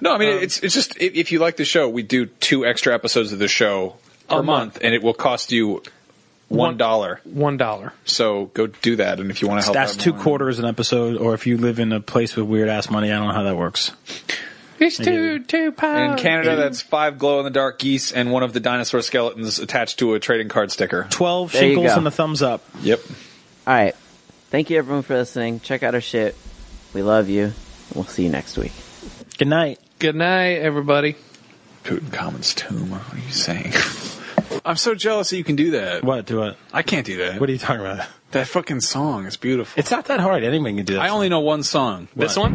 No, I mean it's it's just if, if you like the show, we do two extra episodes of the show per
A
month,
month.
and it will cost you
One-
one dollar.
One dollar.
So go do that, and if you want to
uh,
help,
that's
out
two
more-
quarters an episode. Or if you live in a place with weird ass money, I don't know how that works.
It's two two
In
pounds.
Canada, that's five glow in the dark geese and one of the dinosaur skeletons attached to a trading card sticker.
Twelve
There you
shingles
go.
and a thumbs up.
Yep.
All right. Thank you everyone for listening. Check out our shit. We love you. and We'll see you next week.
Good night.
Good night, everybody.
Tutankhamen's tomb. What are you saying? I'm so jealous that you can do that.
What do what?
I can't do that.
What are you talking about?
that fucking song is beautiful.
It's not that hard. Anyone can do that.
I only know one song.
This one,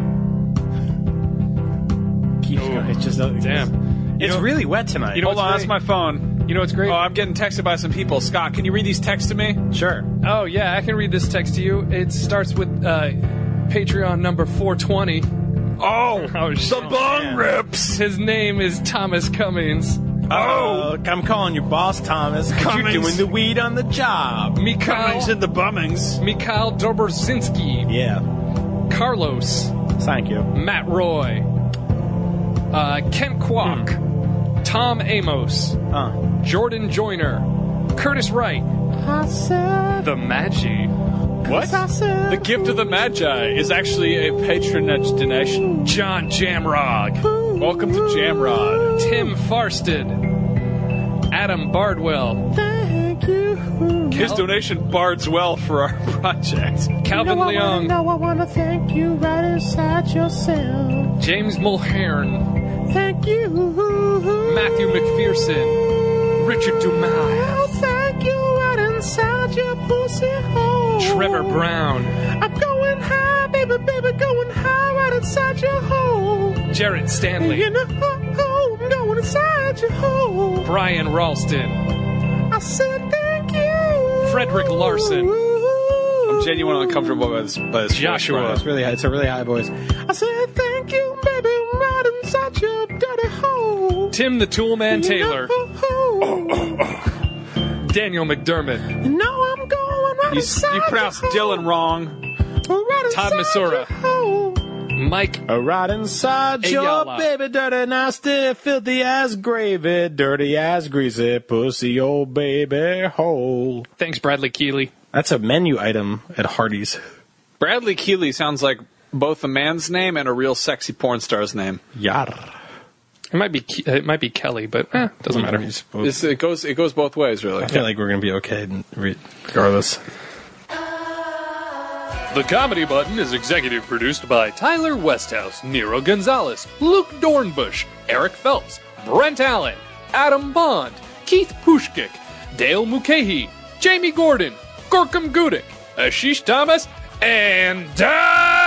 keep going. It's just
Oh, damn.
It's
know-
really wet tonight.
You know
Hold
what's
on, that's
great?
my phone.
You know what's great?
Oh, I'm getting texted by some people. Scott, can you read these texts to me?
sure.
Oh yeah, I can read this text to you. It starts with uh, Patreon number 420.
Oh,
Oh,
the
shit.
bong rips.
His name is Thomas Cummings.
Oh,
Uh, Look, I'm calling your boss, Thomas. 'cause
Cummings.
You're doing the weed on the job.
Mikhail
the bummings.
Mikhail Dobrzynski,
Yeah.
Carlos,
Thank you.
Matt Roy, uh, Kent Kwok, Tom Amos,
Huh.
Jordan Joyner, Curtis Wright, the Magi.
What? The gift of the Magi is actually a patronage donation.
John Jamrog,
Welcome to Jamrod.
Tim Farsted, Adam Bardwell,
His donation bards well for our project.
Calvin Leung,
I wanna thank you right inside yourself.
James Mulhern,
Thank you.
Matthew McPherson, Richard Dumas,
I'll thank you right inside your pussy hole.
Trevor Brown,
I'm going high, baby, baby, going high right inside your hole.
Jarrett
You
Stanley,
know, I'm going inside your hole.
Brian Ralston,
I said thank you.
Frederick Larson,
I'm genuinely uncomfortable by this. By this
Joshua.
It's really. It's a really high voice.
I said thank you, baby, right inside your dirty hole.
Tim the Toolman Taylor,
You know,
Daniel McDermott,
you know I'm going right
You,
inside
you pronounced
your hole.
Dylan wrong.
Right
Todd
inside your
Masura.
hole.
Mike
A Oh, right inside
Hey,
your
y'all, uh,
baby, dirty, nasty, filthy ass gravy, dirty ass greasy, pussy, old baby hole.
Thanks, Bradley Keeley.
That's a menu item at Hardee's.
Bradley Keeley sounds like both a man's name and a real sexy porn star's name.
Yar.
It might be Ke- it might be Kelly, but eh, doesn't matter.
It's, it goes it goes both ways, really.
I feel like we're gonna be okay regardless.
The Comedy Button is executive produced by Tyler Westhouse, Nero Gonzalez, Luke Dornbush, Eric Phelps, Brent Allen, Adam Bond, Keith Pushkick, Dale Mukahi, Jamie Gordon, Gorkum Gudick, Ashish Thomas, and Don